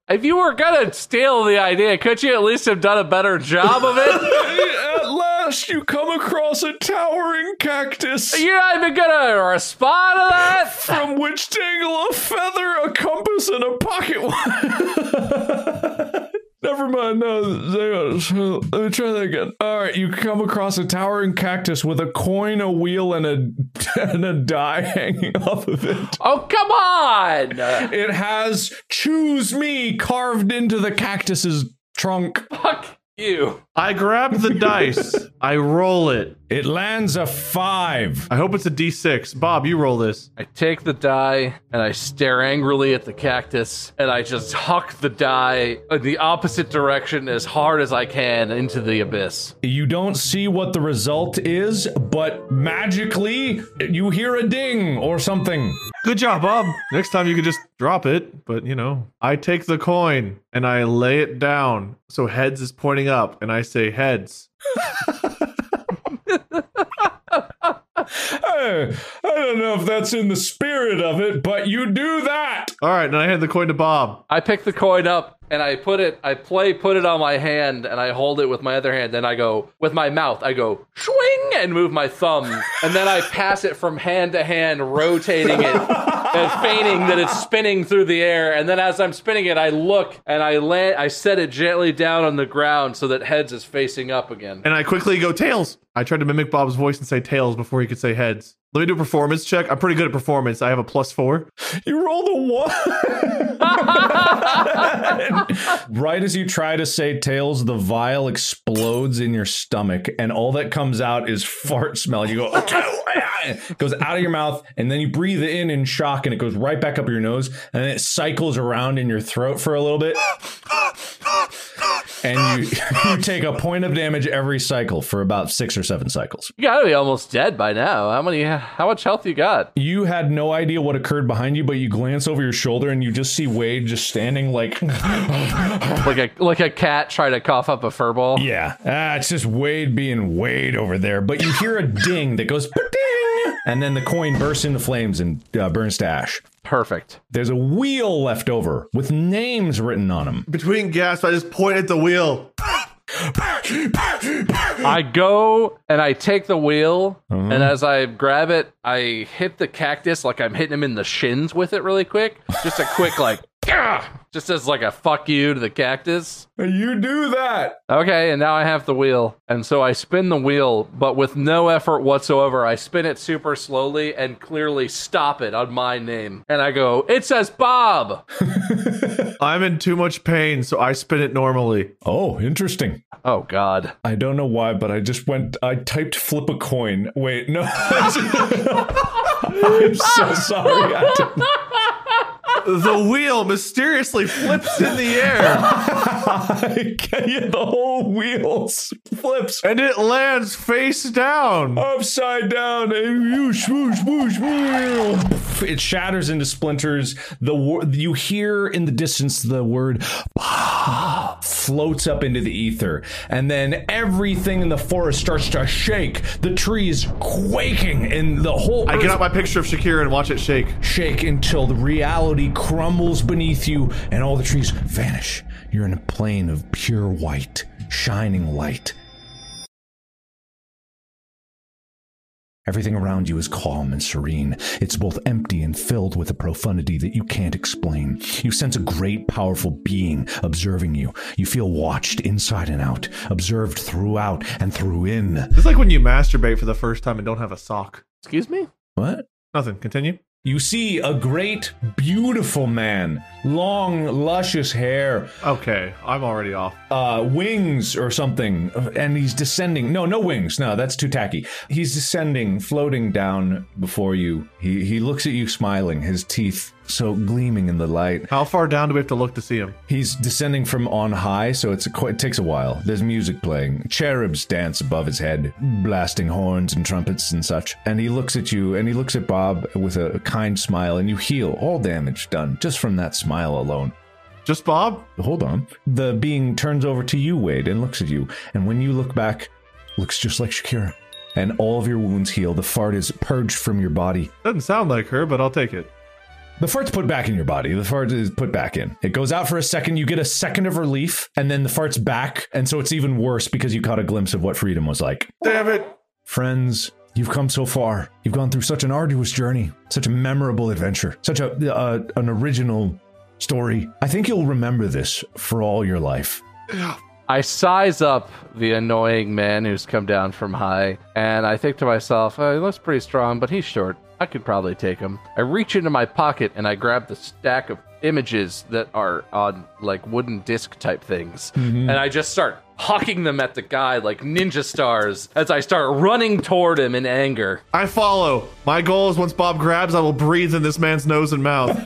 [SPEAKER 3] If you were gonna steal the idea, could you at least have done a better job of it?
[SPEAKER 2] at last, you come across a towering cactus.
[SPEAKER 3] You're not even gonna respond to that.
[SPEAKER 2] From which tangle a feather, a compass, and a pocket one. Never mind. No, hang on. So, Let me try that again. All right, you come across a towering cactus with a coin, a wheel, and a and a die hanging off of it.
[SPEAKER 3] Oh come on!
[SPEAKER 2] It has "Choose Me" carved into the cactus's trunk.
[SPEAKER 3] Fuck you.
[SPEAKER 4] I grab the dice, I roll it,
[SPEAKER 2] It lands a five.
[SPEAKER 4] I hope it's a D6. Bob, you roll this.
[SPEAKER 3] I take the die and I stare angrily at the cactus and I just huck the die in the opposite direction as hard as I can into the abyss.
[SPEAKER 2] You don't see what the result is, but magically you hear a ding or something.
[SPEAKER 4] Good job, Bob. Next time you can just drop it, but you know. I take the coin and I lay it down. So heads is pointing up, and I say heads.
[SPEAKER 2] Eh, I don't know if that's in the spirit of it, but you do that.
[SPEAKER 4] All right, and I hand the coin to Bob.
[SPEAKER 3] I pick the coin up and I put it, I play, put it on my hand and I hold it with my other hand. Then I go, with my mouth, I go, swing and move my thumb. And then I pass it from hand to hand, rotating it and feigning that it's spinning through the air. And then as I'm spinning it, I look and I land, I set it gently down on the ground so that heads is facing up again.
[SPEAKER 4] And I quickly go tails. I tried to mimic Bob's voice and say tails before he could say heads. Let me do a performance check. I'm pretty good at performance. I have a plus four.
[SPEAKER 2] You rolled a one. right as you try to say tails, the vial explodes in your stomach, and all that comes out is fart smell. You go, "Oh, it goes out of your mouth, and then you breathe it in in shock, and it goes right back up your nose, and then it cycles around in your throat for a little bit. And you, you take a point of damage every cycle for about six or seven cycles.
[SPEAKER 3] You gotta be almost dead by now. How many? How much health you got?
[SPEAKER 2] You had no idea what occurred behind you, but you glance over your shoulder and you just see Wade just standing like,
[SPEAKER 3] Like a like a cat trying to cough up a fur ball.
[SPEAKER 2] yeah, ah, it's just Wade being Wade over there. But you hear a ding that goes ding, and then the coin bursts into flames and uh, burns to ash.
[SPEAKER 3] Perfect.
[SPEAKER 2] There's a wheel left over with names written on them.
[SPEAKER 4] Between gasps, I just point at the wheel.
[SPEAKER 3] I go and I take the wheel, and as I grab it, I hit the cactus like I'm hitting him in the shins with it really quick. Just a quick like, "Gah!" just as like a fuck you to the cactus.
[SPEAKER 2] You do that.
[SPEAKER 3] Okay, and now I have the wheel, and so I spin the wheel, but with no effort whatsoever. I spin it super slowly and clearly stop it on my name, and I go, "It says Bob."
[SPEAKER 4] I'm in too much pain, so I spin it normally.
[SPEAKER 2] Oh, interesting.
[SPEAKER 3] Oh God.
[SPEAKER 2] I don't know why, but I just went. I typed flip a coin. Wait, no. I'm so sorry. I did
[SPEAKER 4] The wheel mysteriously flips in the air
[SPEAKER 2] yeah, the whole wheel flips
[SPEAKER 4] and it lands face down.
[SPEAKER 2] upside down and you swoosh, swoosh, swoosh. It shatters into splinters. The wor- you hear in the distance the word floats up into the ether, and then everything in the forest starts to shake. The trees quaking, and the whole
[SPEAKER 4] I
[SPEAKER 2] earth
[SPEAKER 4] get out my picture of Shakira and watch it shake.
[SPEAKER 2] shake until the reality crumbles beneath you and all the trees vanish. You're in a plane of pure white, shining light. Everything around you is calm and serene. It's both empty and filled with a profundity that you can't explain. You sense a great, powerful being observing you. You feel watched inside and out, observed throughout and through in.
[SPEAKER 4] It's like when you masturbate for the first time and don't have a sock.
[SPEAKER 3] Excuse me.
[SPEAKER 2] What?
[SPEAKER 4] Nothing. Continue.
[SPEAKER 2] You see a great, beautiful man, long, luscious hair,
[SPEAKER 4] Okay, I'm already off.
[SPEAKER 2] uh, wings or something, and he's descending. No, no wings. No, that's too tacky. He's descending, floating down before you. He he looks at you, smiling, his teeth so gleaming in the light.
[SPEAKER 4] How far down do we have to look to see him?
[SPEAKER 2] He's descending from on high, so it's a, qu- it takes a while. There's music playing. Cherubs dance above his head, blasting horns and trumpets and such. And he looks at you, and he looks at Bob with a kind smile, and you heal all damage done just from that smile alone.
[SPEAKER 4] Just Bob?
[SPEAKER 2] Hold on. The being turns over to you, Wade, and looks at you. And when you look back, looks just like Shakira. And all of your wounds heal. The fart is purged from your body.
[SPEAKER 4] Doesn't sound like her, but I'll take it.
[SPEAKER 2] The fart's put back in your body. The fart is put back in. It goes out for a second. You get a second of relief, and then the fart's back. And so it's even worse because you caught a glimpse of what freedom was like.
[SPEAKER 4] Damn it!
[SPEAKER 2] Friends, you've come so far. You've gone through such an arduous journey, such a memorable adventure, such a uh, an original story. I think you'll remember this for all your life.
[SPEAKER 3] I size up the annoying man who's come down from high, and I think to myself, oh, he looks pretty strong, but he's short. I could probably take them. I reach into my pocket and I grab the stack of images that are on like wooden disc type things, and I just start hawking them at the guy like ninja stars as I start running toward him in anger.
[SPEAKER 4] I follow. My goal is once Bob grabs, I will breathe in this man's nose and mouth.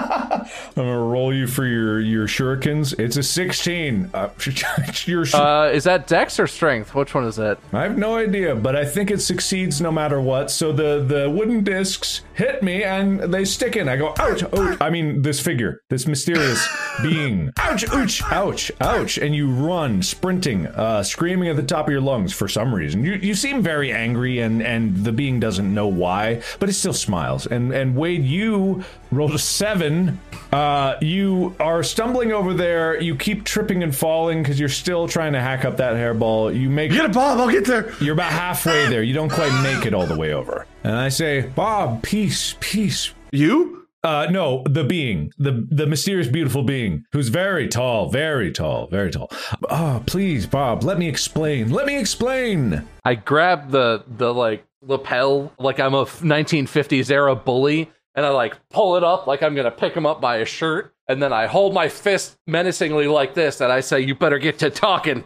[SPEAKER 2] I'm gonna roll you for your your shurikens. It's a 16. Uh, your sh-
[SPEAKER 3] Uh, is that Dex or Strength? Which one is that?
[SPEAKER 2] I have no idea, but I think it succeeds no matter what. So the the wooden discs hit me and they stick in. I go ouch, ouch. I mean this figure, this mysterious being. Ouch, ouch, ouch, ouch, and you run sprinting, uh, screaming at the top of your lungs for some reason. You you seem very angry and and the being doesn't know why, but it still smiles. And and Wade, you rolled a seven. Uh, you are stumbling over there. You keep tripping and falling because you're still trying to hack up that hairball. You make
[SPEAKER 4] Get it, Bob. I'll get there.
[SPEAKER 2] you're about halfway there. You don't quite make it all the way over. And I say, Bob, peace, peace.
[SPEAKER 4] You?
[SPEAKER 2] Uh, no, the being, the the mysterious, beautiful being, who's very tall, very tall, very tall. Oh, please, Bob, let me explain. Let me explain.
[SPEAKER 3] I grab the the like lapel like I'm a f- 1950s era bully and I like pull it up like I'm going to pick him up by his shirt and then I hold my fist menacingly like this and I say you better get to talking.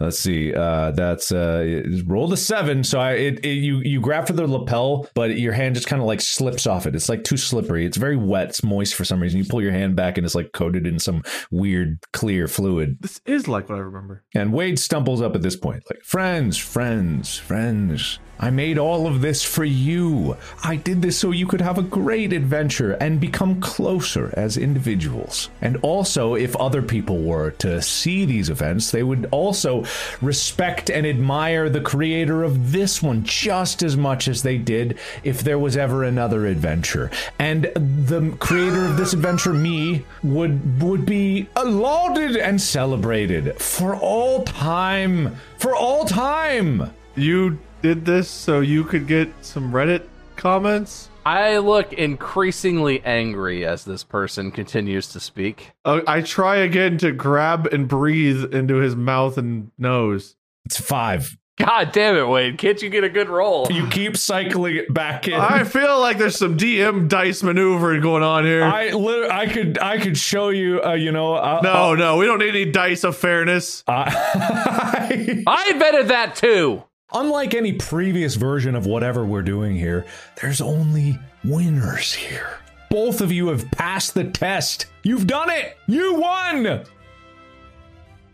[SPEAKER 2] Let's see. Uh, that's uh, it- roll the seven. So I, it, it, you you grab for the lapel, but your hand just kind of like slips off it. It's like too slippery. It's very wet. It's moist for some reason. You pull your hand back, and it's like coated in some weird clear fluid.
[SPEAKER 4] This is like what I remember.
[SPEAKER 2] And Wade stumbles up at this point, like, friends, friends, friends. I made all of this for you. I did this so you could have a great adventure and become closer as individuals. And also, if other people were to see these events, they would also respect and admire the creator of this one just as much as they did if there was ever another adventure. And the creator of this adventure, me, would would be lauded and celebrated for all time. For all time.
[SPEAKER 4] You did this so you could get some Reddit comments?
[SPEAKER 3] I look increasingly angry as this person continues to speak.
[SPEAKER 4] Uh, I try again to grab and breathe into his mouth and nose.
[SPEAKER 2] It's five.
[SPEAKER 3] God damn it, Wade. Can't you get a good roll?
[SPEAKER 2] You keep cycling it back in.
[SPEAKER 4] I feel like there's some DM dice maneuvering going on here.
[SPEAKER 2] I lit- I could I could show you. Uh, you know. Uh,
[SPEAKER 4] no, no, we don't need any dice of fairness.
[SPEAKER 2] I-
[SPEAKER 3] I invented that too.
[SPEAKER 2] Unlike any previous version of whatever we're doing here, there's only winners here. Both of you have passed the test. You've done it. You won.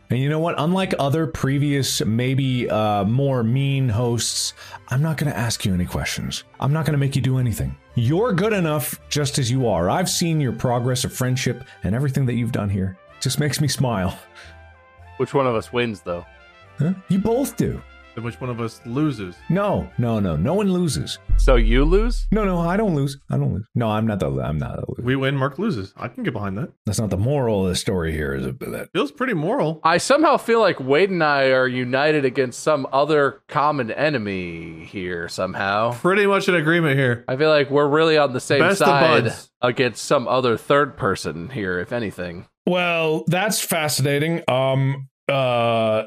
[SPEAKER 2] And you know what? Unlike other previous, maybe uh, more mean hosts, I'm not going to ask you any questions. I'm not going to make you do anything. You're good enough just as you are. I've seen your progress of friendship and everything that you've done here. Just makes me smile.
[SPEAKER 3] Which one of us wins though?
[SPEAKER 2] Huh? You both do.
[SPEAKER 4] Then which one of us loses?
[SPEAKER 2] No, no, no. No one loses.
[SPEAKER 3] So you lose?
[SPEAKER 2] No, no, I don't lose. I don't lose. No, I'm not the. I'm not. The,
[SPEAKER 4] We win, Mark loses. I can get behind that.
[SPEAKER 2] that's not the moral of the story here, is it? That
[SPEAKER 4] Feels pretty moral.
[SPEAKER 3] I somehow feel like Wade and I are united against some other common enemy here somehow.
[SPEAKER 4] Pretty much in agreement here.
[SPEAKER 3] I feel like we're really on the same
[SPEAKER 4] Best of
[SPEAKER 3] side
[SPEAKER 4] buds.
[SPEAKER 3] against some other third person here, if anything.
[SPEAKER 2] well, that's fascinating. Um, uh,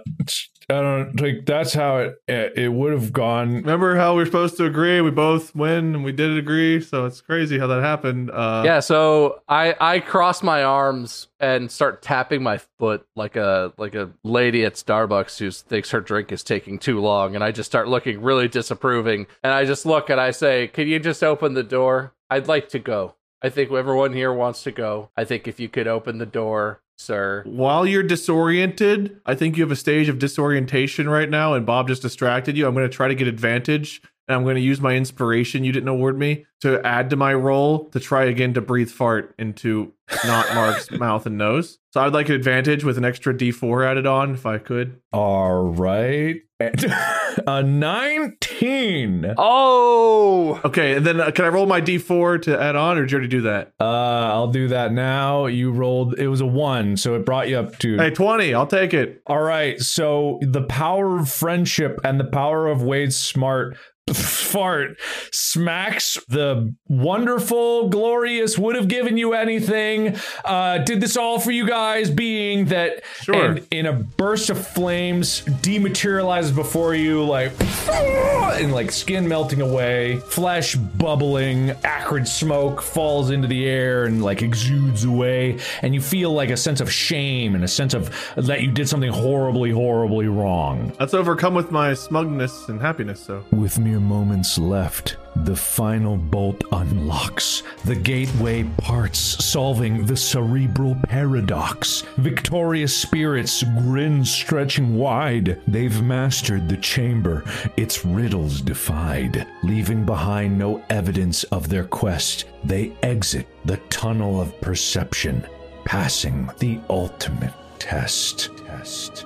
[SPEAKER 2] I don't like. That's how it it, it would have gone.
[SPEAKER 4] Remember how we are supposed to agree? We both win and we did agree, so it's crazy how that happened. Uh,
[SPEAKER 3] yeah, so I I cross my arms and start tapping my foot like a like a lady at Starbucks who thinks her drink is taking too long, and I just start looking really disapproving. And I just look and I say, "Can you just open the door? I'd like to go. I think everyone here wants to go. I think if you could open the door, sir."
[SPEAKER 4] While you're disoriented, I think you have a stage of disorientation right now, and Bob just distracted you. I'm going to try to get advantage, and I'm going to use my inspiration you didn't award me to add to my roll to try again to breathe fart into not Mark's mouth and nose. So I'd like an advantage with an extra D4 added on if I could.
[SPEAKER 2] All right, a nineteen. Uh,
[SPEAKER 3] Oh,
[SPEAKER 4] Okay, and then uh, can I roll my D4 to add on, or did you already do that?
[SPEAKER 2] Uh, I'll do that now. You rolled. It was a one, so it brought you up to.
[SPEAKER 4] Hey, 20, I'll take it.
[SPEAKER 2] All right, so the power of friendship and the power of Wade's smart fart smacks the wonderful, glorious, would have given you anything. Uh, did this all for you guys, being that,
[SPEAKER 4] Sure.
[SPEAKER 2] and in a burst of flames, dematerializes before you, like, and like skin melting away, flesh bubbling, acrid smoke falls into the air and like exudes away, and you feel like a sense of shame and a sense of that you did something horribly, horribly wrong.
[SPEAKER 4] That's overcome with my smugness and happiness, so.
[SPEAKER 2] With mere moments left, the final bolt unlocks. The gateway parts, solving the cerebral paradox. Victorious spirits grin stretching wide. They've mastered the chamber, its riddles defied. Leaving behind no evidence of their quest, they exit the tunnel of perception, passing the ultimate test. Test. test.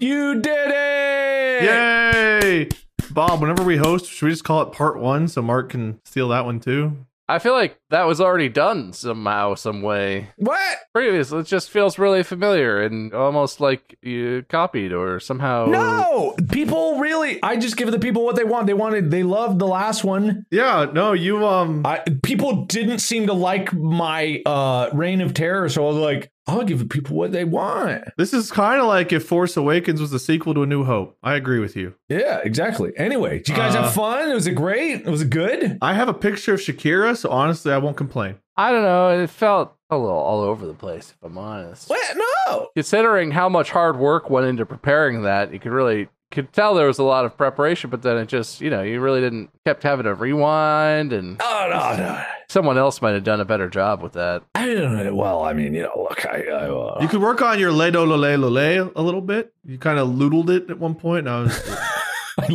[SPEAKER 2] You did it!
[SPEAKER 4] Yay! Bob, whenever we host, should we just call it part one so Mark can steal that one too?
[SPEAKER 3] I feel like that was already done somehow, some way.
[SPEAKER 2] What?
[SPEAKER 3] Previous, it just feels really familiar and almost like you copied or somehow.
[SPEAKER 2] No, people really. I just give the people what they want. They wanted. They loved the last one.
[SPEAKER 4] Yeah, no, you um
[SPEAKER 2] I people didn't seem to like my uh reign of terror, so I was like, I'll give the people what they want.
[SPEAKER 4] this is kinda like if Force Awakens was the sequel to A New Hope. I agree with you.
[SPEAKER 2] Yeah, exactly. Anyway, did you guys
[SPEAKER 4] Uh.
[SPEAKER 2] have fun? Was it great? Was it good?
[SPEAKER 4] I have a picture of Shakira, so honestly I won't complain.
[SPEAKER 3] I don't know. It felt a little all over the place, if I'm honest.
[SPEAKER 2] What? No.
[SPEAKER 3] Considering how much hard work went into preparing that, you could really could tell there was a lot of preparation, but then it just, you know, you really didn't kept having to rewind and
[SPEAKER 2] Oh no, no.
[SPEAKER 3] someone else might have done a better job with that.
[SPEAKER 2] I don't know. Well, I mean, you know, look, I, I uh,
[SPEAKER 4] You could work on your Ledo Lole Lole a little bit. You kind of loodled it at one point, and I was
[SPEAKER 2] I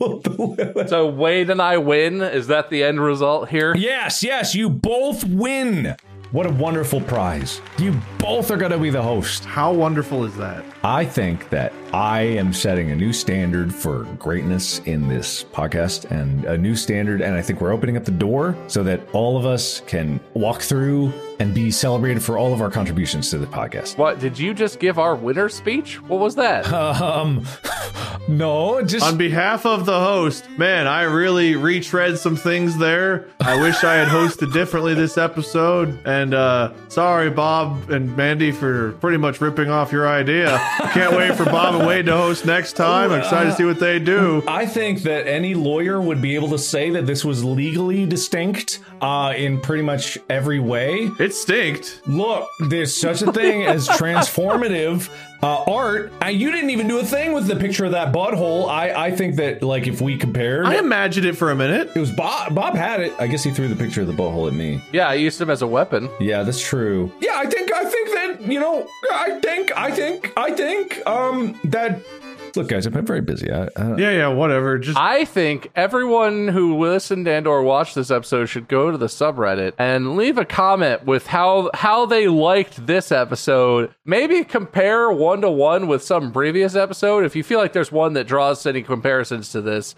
[SPEAKER 2] loodled.
[SPEAKER 3] So Wade and I win. Is that the end result here?
[SPEAKER 2] yes, yes, you both win. What a wonderful prize. You both are going to be the host.
[SPEAKER 4] how wonderful is that?
[SPEAKER 2] I think that I am setting a new standard for greatness in this podcast and a new standard. And I think we're opening up the door so that all of us can walk through and be celebrated for all of our contributions to the podcast.
[SPEAKER 3] What did you just give our winner speech? What was that?
[SPEAKER 2] Um, no, just.
[SPEAKER 4] On behalf of the host, man, I really retread some things there. I wish I had hosted differently this episode. And uh, sorry, Bob and Mandy, for pretty much ripping off your idea. Can't wait for Bob and Wade to host next time. I'm excited to see what they do.
[SPEAKER 2] I think that any lawyer would be able to say that this was legally distinct uh, in pretty much every way.
[SPEAKER 4] It stinked.
[SPEAKER 2] Look, there's such a thing as transformative uh, art. I, you didn't even do a thing with the picture of that butthole. I, I think that, like, if we compared,
[SPEAKER 4] I imagined it for a minute.
[SPEAKER 2] it was Bob. Bob had it. I guess he threw the picture of the butthole at me.
[SPEAKER 3] yeah, I used him as a weapon.
[SPEAKER 2] Yeah, that's true. Yeah, I think, I think that, you know, I think, I think, I think, um, that. Look, guys, I've been very busy. I, I,
[SPEAKER 4] Yeah, yeah, whatever. Just
[SPEAKER 3] I think everyone who listened and or watched this episode should go to the subreddit and leave a comment with how how they liked this episode. Maybe compare one to one with some previous episode. If you feel like there's one that draws any comparisons to this,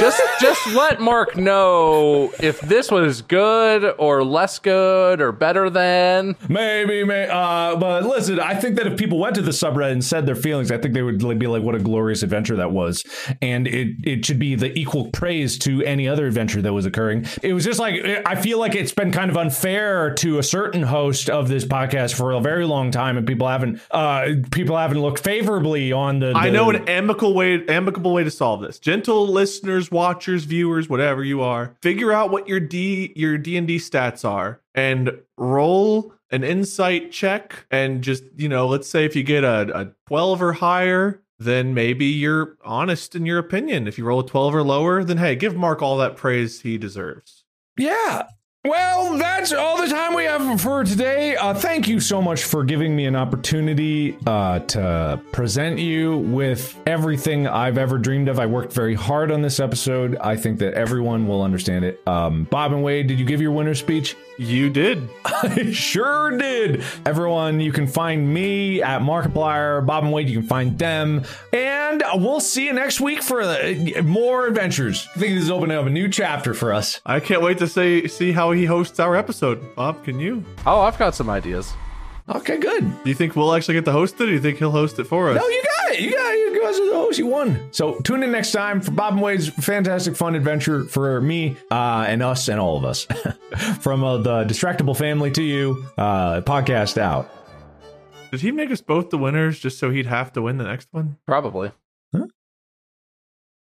[SPEAKER 3] just just let Mark know if this one is good or less good or better than.
[SPEAKER 2] Maybe, may Uh, but listen, I think that if people went to the subreddit and said their feelings, I think they would like, be like, "What a glorious adventure that was!" And it it should be the equal praise to any other adventure that was occurring. It was just like I feel like it's been kind of unfair to a certain host of this podcast for a very long time, and people haven't uh, people haven't looked favorably on the.
[SPEAKER 4] I
[SPEAKER 2] the-
[SPEAKER 4] know an amicable way, amicable way to solve this. Gentle listeners, watchers, viewers, whatever you are, figure out what your D your D and D stats are, and roll an insight check. And just you know, let's say if you get a, a twelve or higher, then maybe you're honest in your opinion. If you roll a twelve or lower, then hey, give Mark all that praise he deserves.
[SPEAKER 2] Yeah. Well, that's all the time we have for today. Uh, thank you so much for giving me an opportunity uh, to present you with everything I've ever dreamed of. I worked very hard on this episode. I think that everyone will understand it. Um, Bob and Wade, did you give your winner speech?
[SPEAKER 4] You did.
[SPEAKER 2] I sure did. Everyone, you can find me at Markiplier, Bob and Wade. You can find them, and we'll see you next week for uh, more adventures. I think this is opening up a new chapter for us.
[SPEAKER 4] I can't wait to see see how he hosts our episode. Bob, can you?
[SPEAKER 3] Oh, I've got some ideas.
[SPEAKER 2] Okay, good.
[SPEAKER 4] Do you think we'll actually get to host it? Or do you think he'll host it for us?
[SPEAKER 2] No, you got it. You got it. You you guys are the host. You won. So tune in next time for Bob and Wade's fantastic fun adventure for me uh, and us and all of us. From uh, the Distractable family to you, uh, podcast out.
[SPEAKER 4] Did he make us both the winners just so he'd have to win the next one?
[SPEAKER 3] Probably.